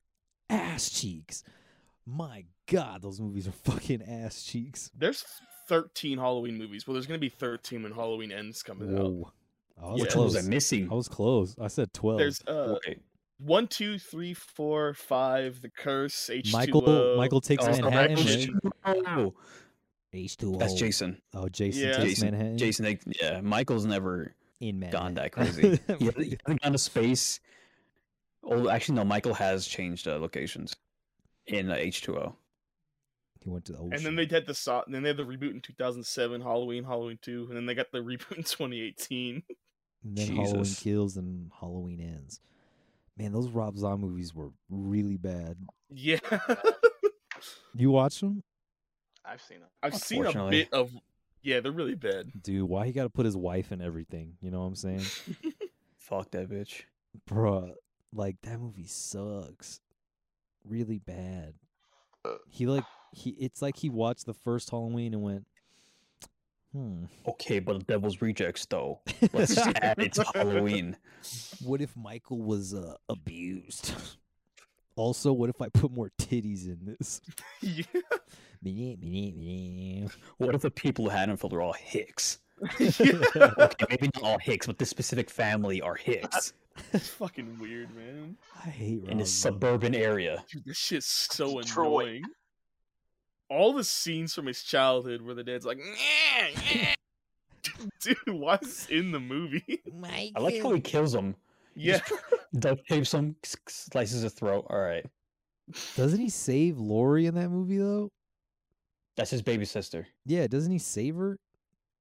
ass cheeks. My God, those movies are fucking ass cheeks. There's 13 Halloween movies. Well, there's gonna be 13 when Halloween ends coming out. Whoa, I was Yeah. Which one close. was I missing? I was close. I said twelve. There's uh Wait. one, two, three, four, five. The Curse. H2O. Michael Michael takes Oh, Manhattan. Michael- right? Oh, H2O. that's Jason. Oh, Jason Yeah. takes Jason- Manhattan. Jason, they, yeah, Michael's never in Manhattan. gone that crazy. he, hasn't- he hasn't gone to space. Oh, actually, no. Michael has changed uh, locations in uh, H two O. He went to the ocean. And then they did the so- then they had the reboot in 2007, Halloween, Halloween 2, and then they got the reboot in 2018. And then Halloween Jesus. kills and Halloween ends. Man, those Rob Zombie movies were really bad. Yeah. You watch them, I've seen it. I've seen a Unfortunately. bit of Yeah, they're really bad. dude? Why he got to put his wife in everything? You know what I'm saying, Fuck that bitch. Bruh, Like that movie sucks, really bad. Uh. He like he. It's like he watched the first Halloween and went, hmm. Okay, but the Devil's Rejects though. Let's just add it's Halloween. What if Michael was uh, abused? also, what if I put more titties in this? yeah. What if the people who had him filled were all Hicks? Yeah. Okay, maybe not all Hicks, but this specific family are Hicks It's fucking weird, man. I hate in Rob this Zombie. suburban area. Dude, this shit's so Detroit. annoying. All the scenes from his childhood where the dad's like, "Nyeh, nyeh." dude, why is this in the movie? I like how he kills them. yeah, Duct tapes him, s- s- slices his throat. All right, Doesn't he save Lori in that movie though? that's his baby sister. Yeah, doesn't he save her?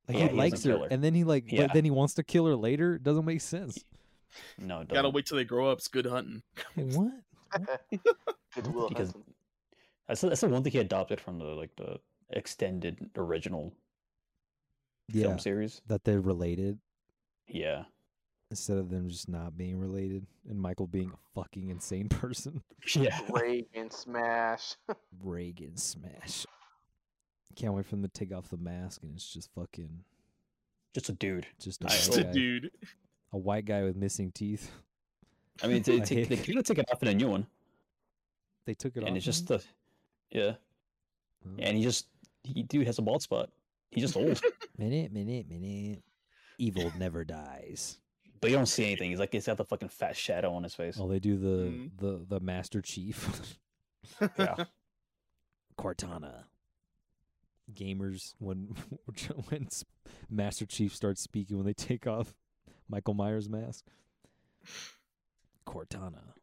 Like Yeah, he he likes doesn't her, kill her. and then he like, Yeah. but then he wants to kill her later. It doesn't make sense. No, it gotta doesn't. wait till they grow up. It's good hunting. What? Good Well, Will because- Hunting. That's the, that's the one thing he adopted from the like the extended original Yeah, film series. that they're related Yeah, instead of them just not being related, and Michael being a fucking insane person. yeah. Reagan smash. Reagan smash. Can't wait for them to take off the mask, and it's just fucking Just a dude. just a, I Just white a guy, dude. a white guy with missing teeth. I mean, they, A take, they hick. could have taken off in a new one, They took it off, and it's just now? the yeah. Oh. And he just he dude has a bald spot. He's just old. minute, minute, minute. Evil never dies. but you don't see anything. He's like, it's got the fucking fat shadow on his face. Oh, they do the Mm-hmm. Mhm. the the Master Chief, Yeah. Cortana. Gamers when when s- Master Chief starts speaking when they take off Michael Myers mask. Cortana,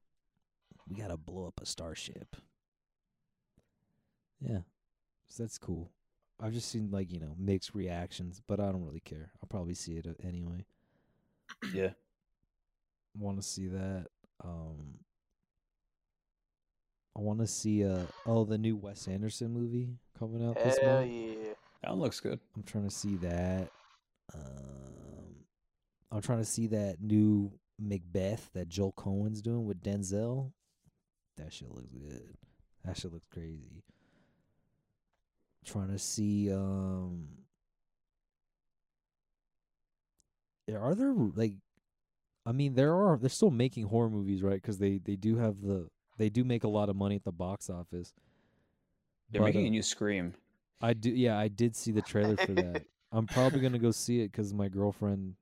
we gotta blow up a starship. Yeah, so that's cool. I've just seen like you know mixed reactions, but I don't really care. I'll probably see it uh, anyway. Yeah. want to see that. Um, I want to see uh oh the new Wes Anderson movie coming out this Hell month. yeah. That one looks good. I'm trying to see that. Um, I'm trying to see that new Macbeth that Joel Cohen's doing with Denzel. That shit looks good. That shit looks crazy. Trying to see um, yeah, are there like, I mean, there are. They're still making horror movies, right? Because they they do have the they do make a lot of money at the box office. They're But, making uh, a new Scream. I do. Yeah, I did see the trailer for that. I'm probably gonna go see it because my girlfriend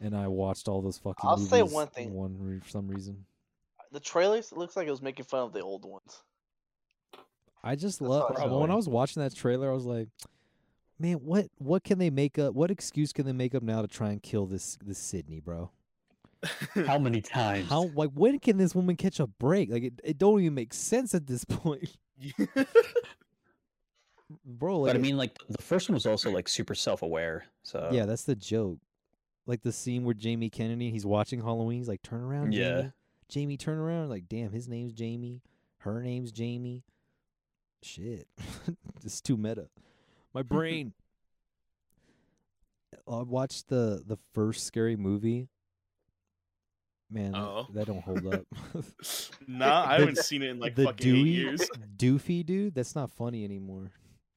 and I watched all those fucking. I'll movies say one thing. in One re- for some reason. The trailers it looks like it was making fun of the old ones. I just That's love what I when saw. I was watching that trailer. I was like, man, what what can they make up? What excuse can they make up now to try and kill this this Sydney, bro? How many times? How like when can this woman catch a break? Like it, it don't even make sense at this point, bro. Like, but I it- mean, like the first one was also like super self-aware. So Uh, yeah, that's the joke. Like the scene where Jamie Kennedy, he's watching Halloween. He's like, turn around, Yeah. Jamie. Jamie, turn around. Like, damn, his name's Jamie. Her name's Jamie. Shit, it's too meta. My brain. I watched the the first scary movie. Man, that, Oh. that don't hold up. nah, I The- haven't seen it in like the fucking eight Dewey, years. Doofy dude, that's not funny anymore.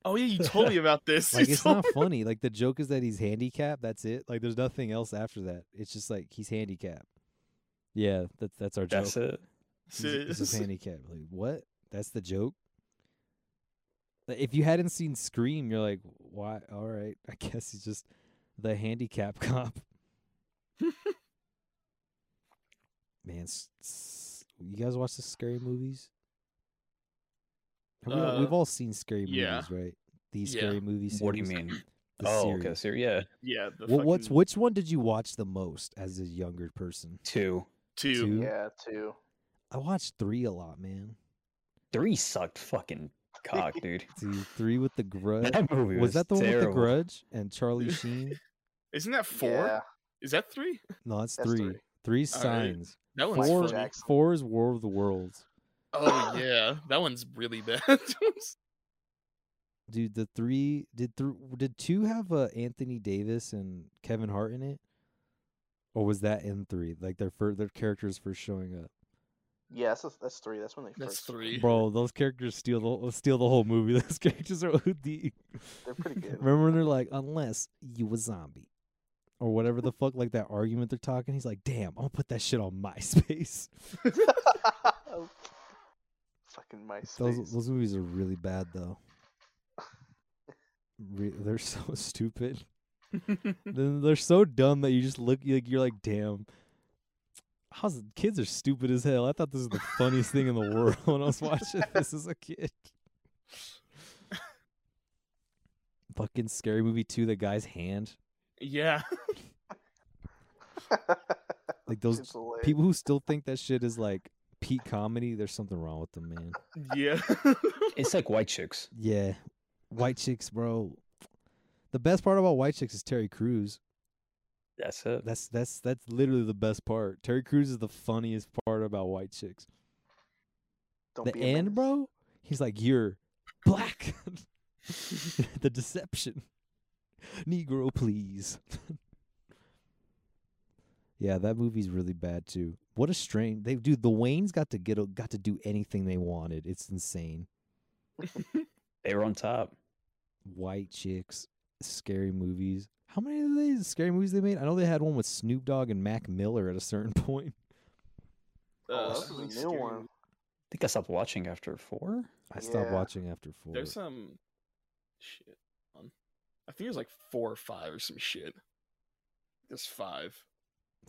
Oh yeah, you told me about this. Like You it's told not funny. Like the joke is that he's handicapped. That's it. Like there's nothing else after that. It's just like he's handicapped. Yeah, that's that's our that's joke. it. He's, he's just this. handicapped. Like what? That's the joke. Like, if you hadn't seen Scream, you're like, why? All right, I guess he's just the handicap cop. Man, s- s- you guys watch the scary movies? Have we, all- Uh, we've all seen scary movies, yeah. right? These Yeah. scary movies. What do you mean? oh, okay. So yeah, Yeah, the Well, what's fucking which one did you watch the most as a younger person? two, two? Two? Yeah, too. I watched three a lot, man. three sucked fucking cock, dude. See, three with the grudge. That movie Was that the one with the terrible. grudge and Charlie Sheen? Isn't that four? Yeah. Is that three? No, it's That's three. three. Three's All right. signs. That one's Four, funny. Jack. Jackson. four is War of the Worlds. Oh yeah, that one's really bad. Dude, the three did three did two have uh, Anthony Davis and Kevin Hart in it, or was that in three? Like their fir- their characters first showing up. Yeah, that's, that's three. That's when they That's first. three. Bro, those characters steal the steal the whole movie. Those characters are OD. They're pretty good. Remember when they're like, unless you a zombie. Or whatever the fuck, like that argument they're talking. He's like, damn, I'll put that shit on MySpace. Oh. Fucking mice. Those those movies are really bad though. Re- they're so stupid. Then they're so dumb that you just look like you're like, damn. How's kids are stupid as hell. I thought this was the funniest thing in the world when I was watching this as a kid. Fucking scary movie two, the guy's hand. Yeah. Like those people who still think that shit is like peak comedy, there's something wrong with them, man. Yeah. It's like White Chicks. Yeah. White chicks, bro. The best part about white chicks is Terry Crews. That's it. That's that's that's literally the best part. Terry Crews is the funniest part about white chicks. Don't the be a end, menace. Uh, bro. He's like, "You're black." the deception. Negro, please. yeah, that movie's really bad too. What a strain. They dude, the Waynes got to get a, got to do anything they wanted. It's insane. They were on top. white chicks, scary movies. How many of these scary movies they made? I know they had one with Snoop Dogg and Mac Miller at a certain point. Oh, Uh, this is a really new scary one. movie. I think I stopped watching after four. I stopped Yeah. watching after four. There's some shit. On. I think there's like four or five or some shit. There's five.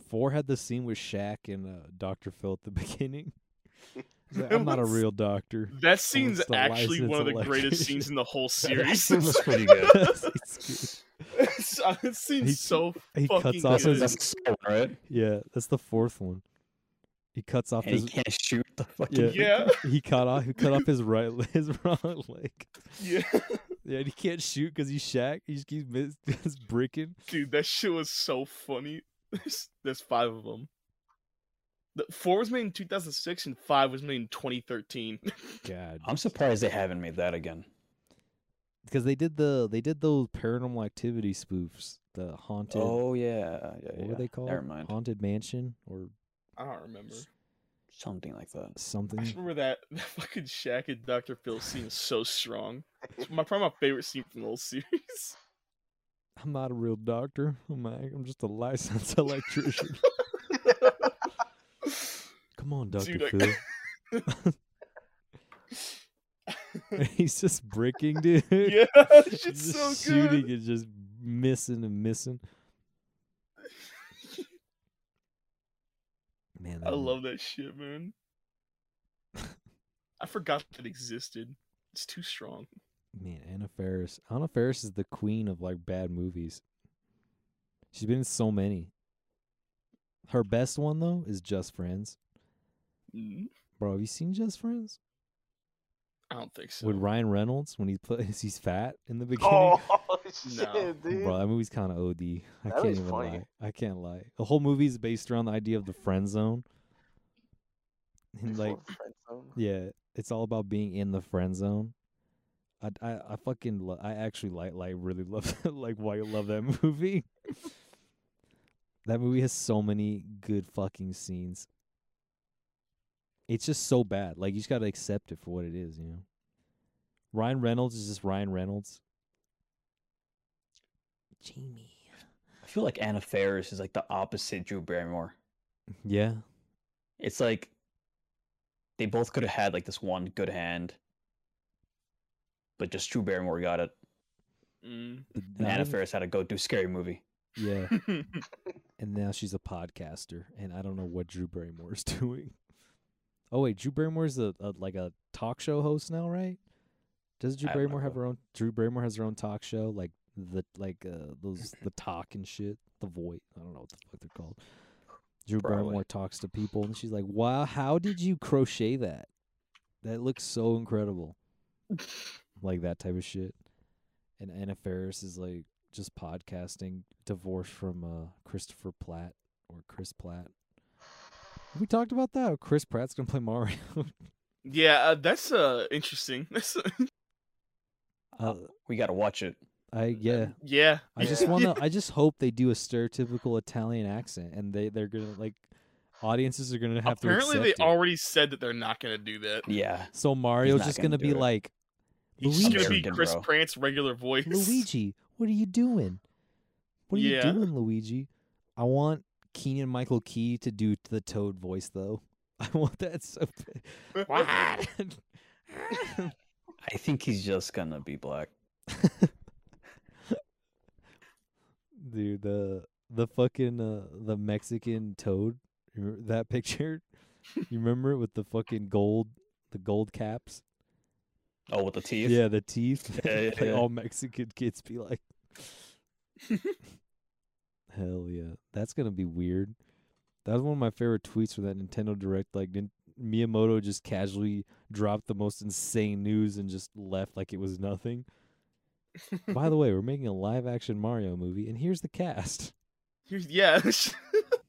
Four had the scene with Shaq and uh, Doctor Phil at the beginning. He's like, I'm not a was- real doctor. That scene's it's the actually one of the license greatest electrician. scenes in the whole That series. scene was pretty good. It's uh, it He- seems so he cuts fucking off good. his- That's the second one, right? cute. yeah, that's the fourth one. He cuts off And he his can't shoot the fucking. Yeah, he cut off he cut off his right le- his wrong leg. yeah, Yeah, and he can't shoot because he's Shaq. He just keeps miss, just bricking. dude, that shit was so funny. There's, there's five of them. The, four was made in 2006 and five was made in 2013. God, I'm surprised they haven't made that again. because they did the they did those Paranormal Activity spoofs, the haunted. Oh yeah, yeah, what yeah. were they called? Never mind. Haunted Mansion or I don't remember. Something like that. I something. just remember that, that fucking Shaq and Dr. Phil scene is so strong. It's my probably my favorite scene from the whole series. I'm not a real doctor. I'm a, I'm just a licensed electrician. Come on, Doctor Dude, I- Phil. And he's just bricking, dude. yeah, that He's shit's so just good. shooting and just missing and missing. Man, I that- love that shit, man. I forgot that existed. It's too strong. Man, Anna Faris. Anna Faris is the queen of like bad movies. She's been in so many. Her best one though is Just Friends. Mm, Bro, have you seen Just Friends? I don't think so. With Ryan Reynolds when he plays he's fat in the beginning. Oh shit, dude! Bro, that movie's kind of OD. I That can't was even funny. lie. I can't lie. The whole movie's based around the idea of the friend zone. And Before like friend zone. Yeah, it's all about being in the friend zone. I I, I fucking lo- I actually like like really love like why I love that movie. that movie has so many good fucking scenes. It's just so bad. Like you just gotta accept it for what it is, you know. Ryan Reynolds is just Ryan Reynolds. Jamie. I feel like Anna Faris is like the opposite Drew Barrymore. Yeah. It's like they both could have had like this one good hand, but just Drew Barrymore got it, Mm. and Not Anna even- Faris had to go do scary movie. Yeah. and now she's a podcaster, and I don't know what Drew Barrymore is doing. Oh wait, Drew Barrymore's a, a like a talk show host now, right? Does Drew I have no Barrymore have clue. her own? Drew Barrymore has her own talk show, like the like uh those the talk and shit, the voice. I don't know what the fuck they're called. Drew Probably. Barrymore talks to people, and she's like, "Wow, how did you crochet that? That looks so incredible." like that type of shit. And Anna Faris is like just podcasting, divorced from uh, Christopher Platt or Chris Platt. Have we talked about that? Chris Pratt's gonna play Mario. yeah, uh, that's uh interesting. That's uh, uh, We gotta watch it. I yeah. yeah. I just wanna. I just hope they do a stereotypical Italian accent, and they they're gonna like audiences are gonna have Apparently, to. they accept it. already said that they're not gonna do that. Yeah, So Mario's not just gonna gonna, be do it. like, He's just Luigi. gonna be American, Chris bro. Pratt's regular voice. Luigi, what are you doing? What are Yeah. you doing, Luigi? I want Keenan Michael Key to do the Toad voice though. I want that so bad. What? I think he's just gonna be black. Dude, the the fucking uh, the Mexican Toad, you remember that picture? You remember it with the fucking gold, the gold caps? Oh, with the teeth. Yeah, the teeth. Yeah, yeah, like yeah. all Mexican kids be like. Hell yeah, that's gonna be weird. That was one of my favorite tweets from that Nintendo Direct. Like Nin- Miyamoto just casually dropped the most insane news and just left like it was nothing. By the way, we're making a live action Mario movie, and here's the cast. Here's- yeah.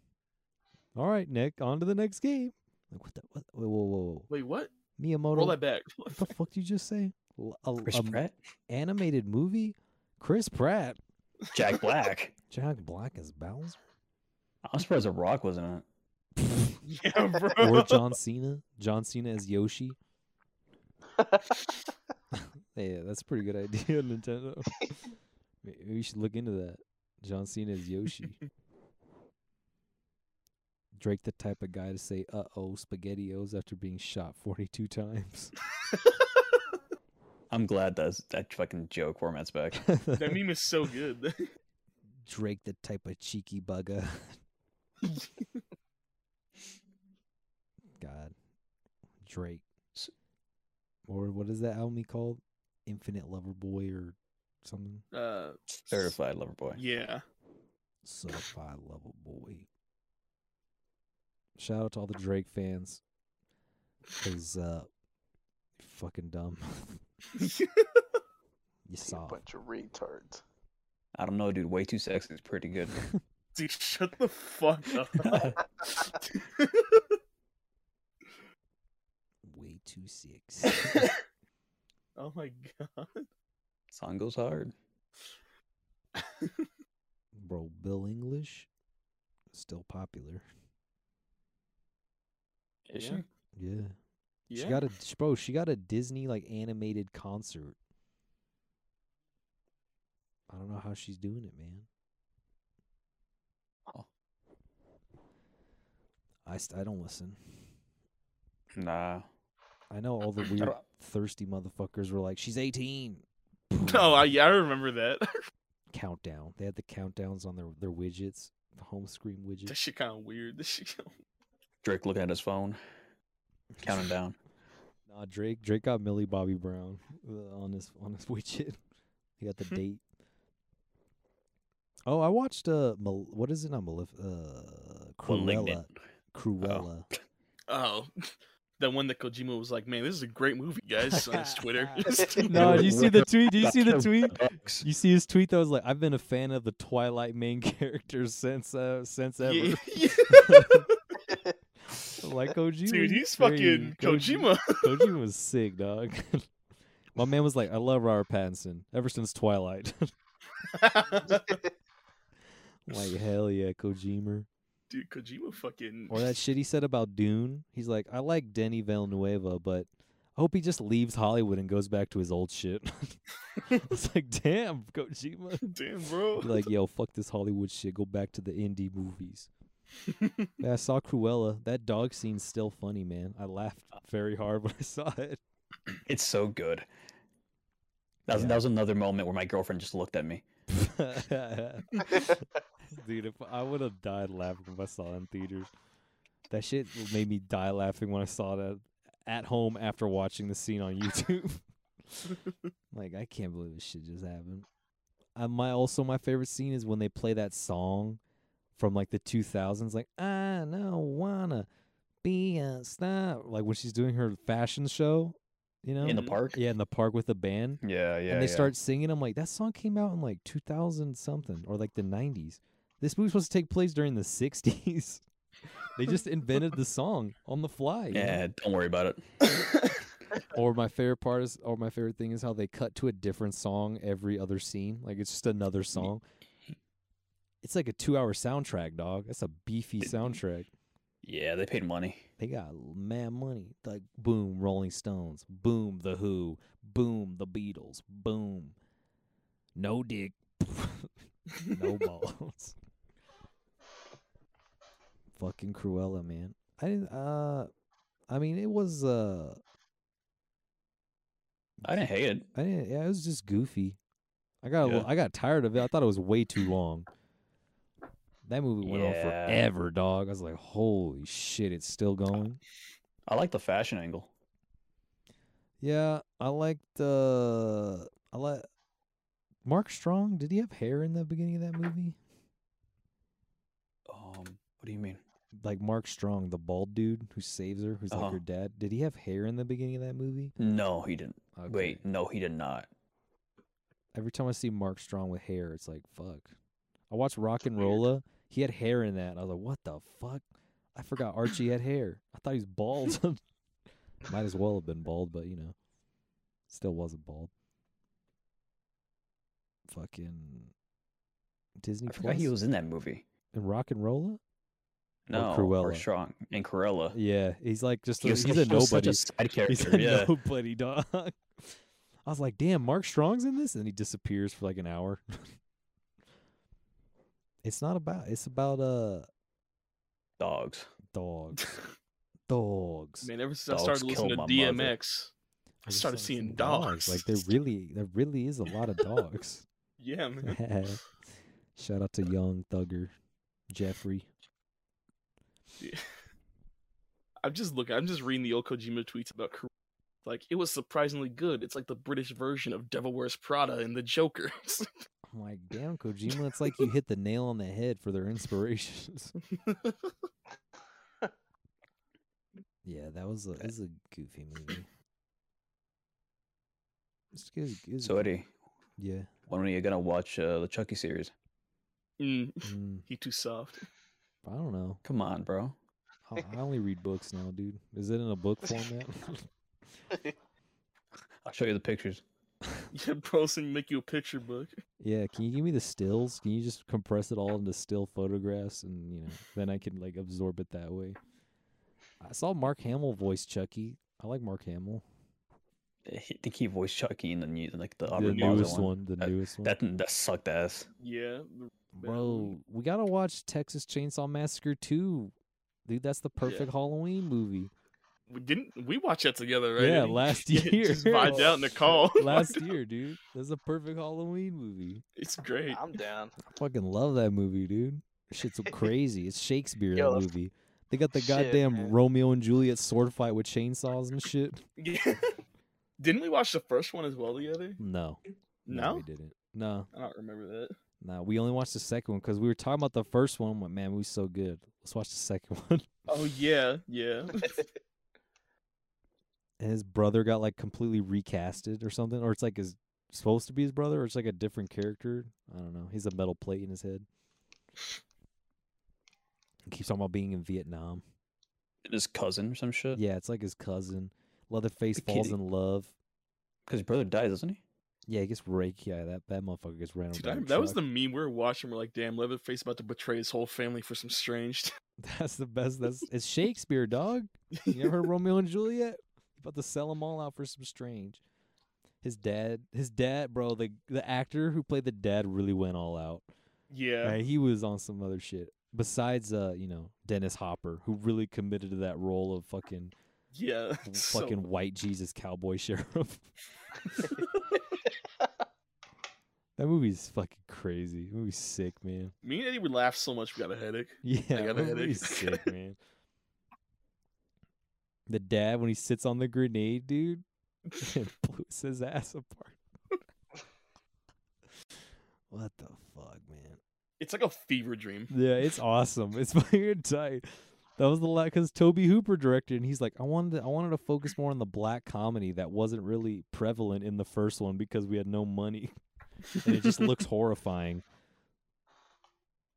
All right, Nick, on to the next game. Like what the what, whoa whoa whoa, whoa. Wait, what? Roll Miyamoto? that back. what the fuck did you just say? L- A, Chris a Pratt, animated movie? Chris Pratt? Jack Black. Jack Black as Bowser? I'm surprised The Rock wasn't in it. Yeah, bro. or John Cena. John Cena as Yoshi. yeah, that's a pretty good idea, Nintendo. May- Maybe we should look into that. John Cena as Yoshi. Drake, the type of guy to say "uh oh" spaghettios after being shot forty-two times. I'm glad that that fucking joke format's back. that meme is so good. Drake, the type of cheeky bugger. God, Drake, S- or what is that album he called? Infinite Lover Boy or something? Uh, Certified lover boy. yeah. Certified Lover Boy. Shout out to all the Drake fans, cause uh, you're fucking dumb. you You saw. bunch of retards. I don't know, dude. Way too sexy is pretty good. Dude, shut the fuck up. Way too six. oh my god. Song goes hard. Bro, Bill English, still popular. Is Yeah. she? Yeah. Yeah. She got a bro. She got a Disney like animated concert. I don't know how she's doing it, man. Oh. I st- I don't listen. Nah. I know all the I weird don't- thirsty motherfuckers were like, "She's 18." Oh, I, yeah, I remember that. countdown. They had the countdowns on their their widgets, the home screen that widget. shit kind of weird. That shit. Kinda... Drake looking at his phone, counting down. Nah, Drake Drake got Millie Bobby Brown uh, on his on his widget. He got the Hmm. date. Oh, I watched uh, Mal- what is it? Not Malif- uh, Cruella. Malignant. Cruella. Oh, that one that Kojima was like, "Man, this is a great movie, guys." On his Twitter. No, did you see the tweet? Do you see the Gotcha. tweet? Bucks. You see his tweet that was like, "I've been a fan of the Twilight main characters since uh, since ever." Yeah, yeah. like Kojima, Dude, he's crazy. fucking Kojima. Kojima was sick, dog. My man was like, "I love Robert Pattinson ever since Twilight." like hell yeah, Kojima. Dude, Kojima fucking. Or that shit he said about Dune. He's like, I like Denny Villanueva, but I hope he just leaves Hollywood and goes back to his old shit. it's like, damn, Kojima. Damn, bro. Be like, yo, fuck this Hollywood shit. Go back to the indie movies. yeah, I saw Cruella. That dog scene's still funny, man. I laughed very hard when I saw it. It's so good. That was, Yeah. that was another moment where my girlfriend just looked at me. Dude, if I would have died laughing if I saw it in theaters. That shit made me die laughing when I saw that at home after watching the scene on YouTube. like, I can't believe this shit just happened. Uh, my also my favorite scene is when they play that song from like the two thousands, like I don't wanna be a star. Like when she's doing her fashion show, you know? In the Mhm. park? Um, yeah, in the park with the band Yeah, yeah. and they yeah. start singing. I'm like, that song came out in like 2000 something or like the 90s. This movie's supposed to take place during the 60s. they just invented the song on the fly. you know? Yeah, don't worry about it. Or my favorite part is, or my favorite thing is how they cut to a different song every other scene. Like it's just another song. It's like a two-hour soundtrack, dog. That's a beefy soundtrack. Yeah, they paid money. They got mad money. Like boom, Rolling Stones. Boom, The Who. Boom, The Beatles. Boom, No Dick. no balls. Fucking Cruella, man. I didn't. Uh, I mean, it was. Uh, I didn't hate it. I didn't. Yeah, it was just goofy. I got. a Yeah. li- I got tired of it. I thought it was way too long. That movie went on Yeah. forever, dog. I was like, holy shit, it's still going. I like the fashion angle. Yeah, I liked. Uh, I like. Mark Strong. Did he have hair in the beginning of that movie? Um, what do you mean? like Mark Strong, the bald dude who saves her, who's Uh-huh. like her dad. Did he have hair in the beginning of that movie? No, he didn't. Okay. Wait, no, he did not. Every time I see Mark Strong with hair, it's like fuck. I watched Rock and weird. Rolla. He had hair in that. And I was like, what the fuck? I forgot Archie had hair. I thought he was bald. Might as well have been bald, but you know, still wasn't bald. Fucking Disney I forgot he Plus? was in that movie. in Rock and Rolla. No, Cruella. Or Strong and Cruella. Yeah, he's like just Uh, He a, was he's such- a he was nobody. Such a side He's character. a yeah. nobody dog. I was like, damn, Mark Strong's in this, and then he disappears for like an hour. it's not about. It's about uh Dogs. dogs, dogs. Man, ever since I started Dogs kill listening to my mother. DMX, I just started like seeing some dogs. Like there really, there really is a lot of dogs. yeah, man. Shout out to Young Thugger, Jeffrey. I'm just looking. I'm just reading the old Kojima tweets about Korea. Like it was surprisingly good. It's like the British version of Devil Wears Prada and the Joker. I'm like, damn, Kojima, it's like you hit the nail on the head for their inspirations. yeah, that was a, this is a goofy movie. It's good. it's good. So Eddie, yeah. when are you gonna watch uh, the Chucky series? mm, Mm, he too soft. I don't know. Come on, bro. I, I only read books now, dude. Is it in a book format? I'll show you the pictures. Yeah, bros and make you a picture book. yeah. Can you give me the stills? Can you just compress it all into still photographs, and you know, then I can like absorb it that way. I saw Mark Hamill voice Chucky. I like Mark Hamill. I think Eh, he voiced Chucky in the new, like the the Aubrey Plaza newest one. one. The That- newest one. That that sucked ass. Yeah, the- Bro, we gotta watch Texas Chainsaw Massacre 2. Dude, that's the perfect Halloween movie. we didn't we watch that together, right? Yeah, Eddie? last Yeah, year. just vibed out in the Oh call. Last year, dude. That's a perfect Halloween movie. it's great. I'm down. I fucking love that movie, dude. Shit's so crazy. It's Shakespeare Yo, that movie. They got the shit, goddamn man. Romeo and Juliet sword fight with chainsaws and shit. Yeah. Didn't we watch the first one as well the other? No. No, we didn't. No. I don't remember that. No. We only watched the second one because we were talking about the first one. I'm like, man, we was so good. Let's watch the second one. Oh yeah, yeah. and his brother got like completely recasted or something, or it's like his supposed to be his brother, or it's like a different character. I don't know. He's a metal plate in his head. He keeps talking about being in Vietnam. His cousin or some shit. Yeah, it's like his cousin. Leatherface Uh. The kid- falls in love. Because his brother dies, doesn't he? Yeah, he gets raked. Yeah, that, that motherfucker gets ran over. Dude, by I, a that was the truck. meme we were watching. We're like, damn, Leatherface about to betray his whole family for some strange. That's the best. That's it's Shakespeare, dog. You ever heard Romeo and Juliet? About to sell them all out for some strange. His dad, his dad, bro, the the actor who played the dad really went all out. yeah, Right, he was on some other shit. Besides, uh, you know, Dennis Hopper, who really committed to that role of fucking, yeah. So- fucking white Jesus cowboy sheriff. that movie's fucking crazy. That movie's sick, man. me and Eddie would laugh so much we got a headache. Yeah, got a that headache. movie's sick, man. The dad when he sits on the grenade, dude, and blows his ass apart. what the fuck, man? It's like a fever dream. Yeah, it's awesome. It's fucking tight. That was the lot because Toby Hooper directed, and he's like, I wanted, to, I wanted to focus more on the black comedy that wasn't really prevalent in the first one because we had no money, and it just looks horrifying.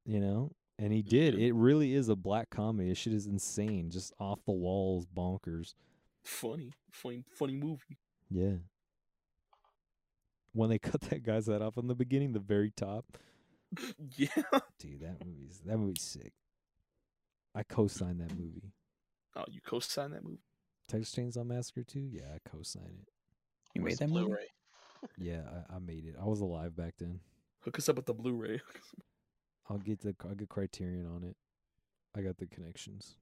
You know, and he did. It really is a black comedy. This shit is insane, just off the walls, bonkers. Funny, funny, funny movie. Yeah. When they cut that guy's head off in the beginning, the very top, yeah, dude, that movie's that movie's sick. I co-signed that movie. oh, you co-signed that movie. Texas Chainsaw Massacre 2? Yeah, I co-signed it. You Where's made the that movie. Blu-ray? Yeah, I, I made it. I was alive back then. Hook us up with the Blu-ray. I'll get the I'll get Criterion on it. I got the connections.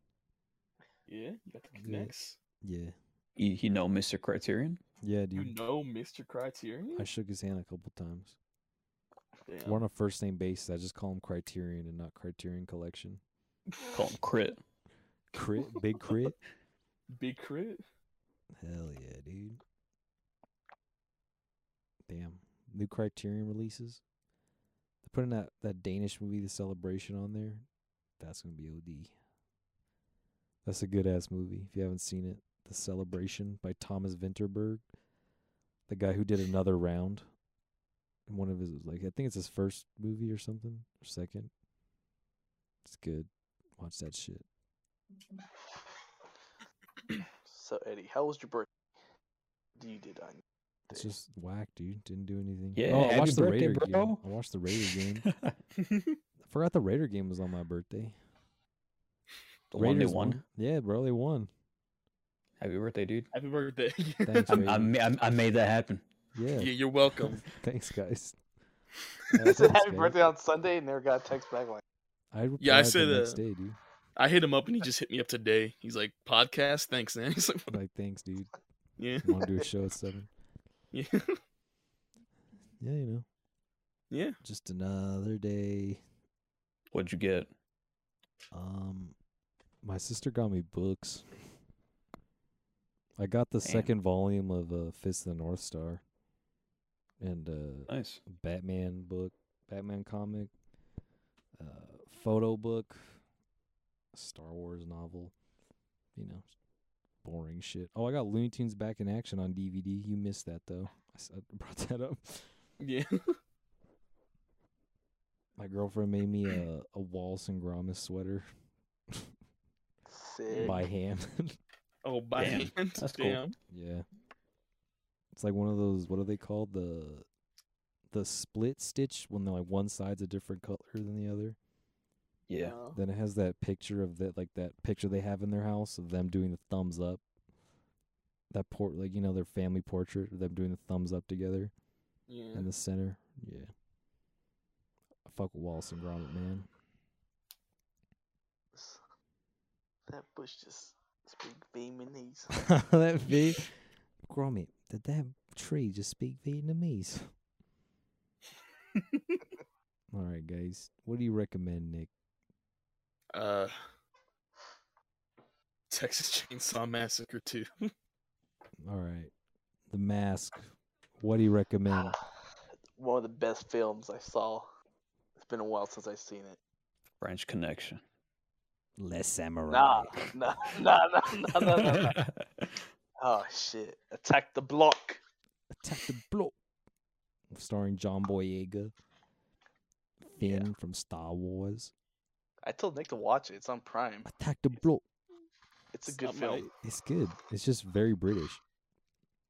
yeah, you got the Yeah. connects. Yeah, You, you know, Mr. Criterion. yeah, You dude. know, Mr. Criterion. I shook his hand a couple times. Damn. We're on a first name basis. I just call him Criterion and not Criterion Collection. Call him Crit. Crit, big crit. Big crit. Hell yeah, dude. Damn, new Criterion releases. They're putting that that Danish movie, The Celebration, on there. That's gonna be OD. That's a good ass movie. If you haven't seen it, The Celebration by Thomas Vinterberg, the guy who did Another Round. And One of his like I think it's his first movie or something or second. It's good. Watch that shit. So Eddie, how was your birthday? You did on It's just whack, dude. Didn't do anything. Yeah, oh, I happy watched the birthday, Raider game. bro. I watched the Raider game. I forgot the Raider game was on my birthday. the one they Raiders won. Yeah, bro, they won. Happy birthday, dude. Happy birthday. Thanks, I, I, Raiders. ma- I, I made that happen. Yeah. yeah, you're welcome. Thanks, guys. I said Thanks, happy guys. birthday on Sunday and never got a text back like I Yeah, I replied said, the next uh, day, dude. I hit him up and he just hit me up today. He's like, podcast. Thanks, man. He's like, Like, thanks, dude. yeah, Want to do a show at seven? yeah, Yeah, you know, yeah. just another day. What'd you get? Um, My sister got me books. I got the Damn. second volume of uh, Fist of the North Star and uh, Nice. Batman book, Batman comic, uh, photo book, Star Wars novel. You know, boring shit. Oh, I got Looney Tunes Back in Action on DVD. You missed that though. I s- I brought that up. Yeah. My girlfriend made me a, a Wallace and Gromit sweater Sick. by hand. Oh, by Damn, hand. that's cool. Damn. yeah, it's like one of those. What are they called? The the split stitch when they're like one side's a different color than the other. Yeah. No. Then it has that picture of that, like that picture they have in their house of them doing the thumbs up. That port, like you know, their family portrait of them doing the thumbs up together Yeah. in the center. Yeah, I fuck with Wallace and Gromit, man. That bush just speak Vietnamese. that V, Gromit, did that tree just speak Vietnamese? All right, guys, what do you recommend, Nick? Uh, Texas Chainsaw Massacre 2. All right, The Mask. What do you recommend? Ah. One of the best films I saw. It's been a while since I've seen it. French Connection. Less Samurai. Nah, nah, nah, nah, nah, nah, nah, nah. Oh shit! Attack the block. Attack the Block, starring Ah. John Boyega, Finn from Star Wars. I told Nick to watch it. It's on Prime. Attack the Block. It's a good Something film, like- It's good. It's just very British.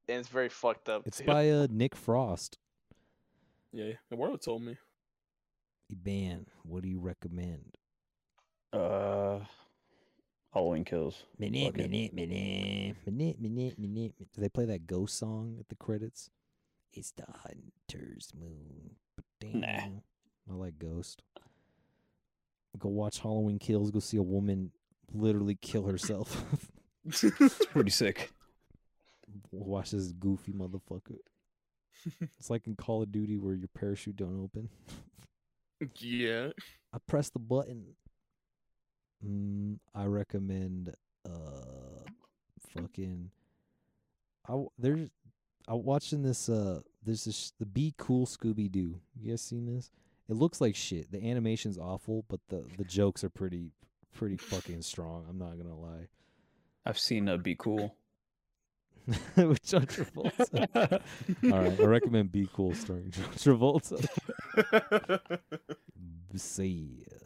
and it's very fucked up. It's too. by uh, Nick Frost. Yeah, the world told me. Iban, what do you recommend? uh, Halloween Kills. Minute, Fuck it. minute, minute, minute, minute, minute. min- Do they play that ghost song at the credits? It's the hunter's moon. Ba-ding. I like Ghost. Go watch Halloween Kills. Go see a woman literally kill herself. Pretty sick. watch this goofy motherfucker. it's like in Call of Duty where your parachute don't open. yeah. I press the button. Mm, I recommend uh fucking I w- there's I watching this uh there's this the Be Cool Scooby Doo. You guys seen this? It looks like shit. The animation's awful, but the the jokes are pretty pretty fucking strong. I'm not gonna lie. I've seen uh, Be Cool. With John Travolta. All right, I recommend Be Cool starring John Travolta. B- See, uh,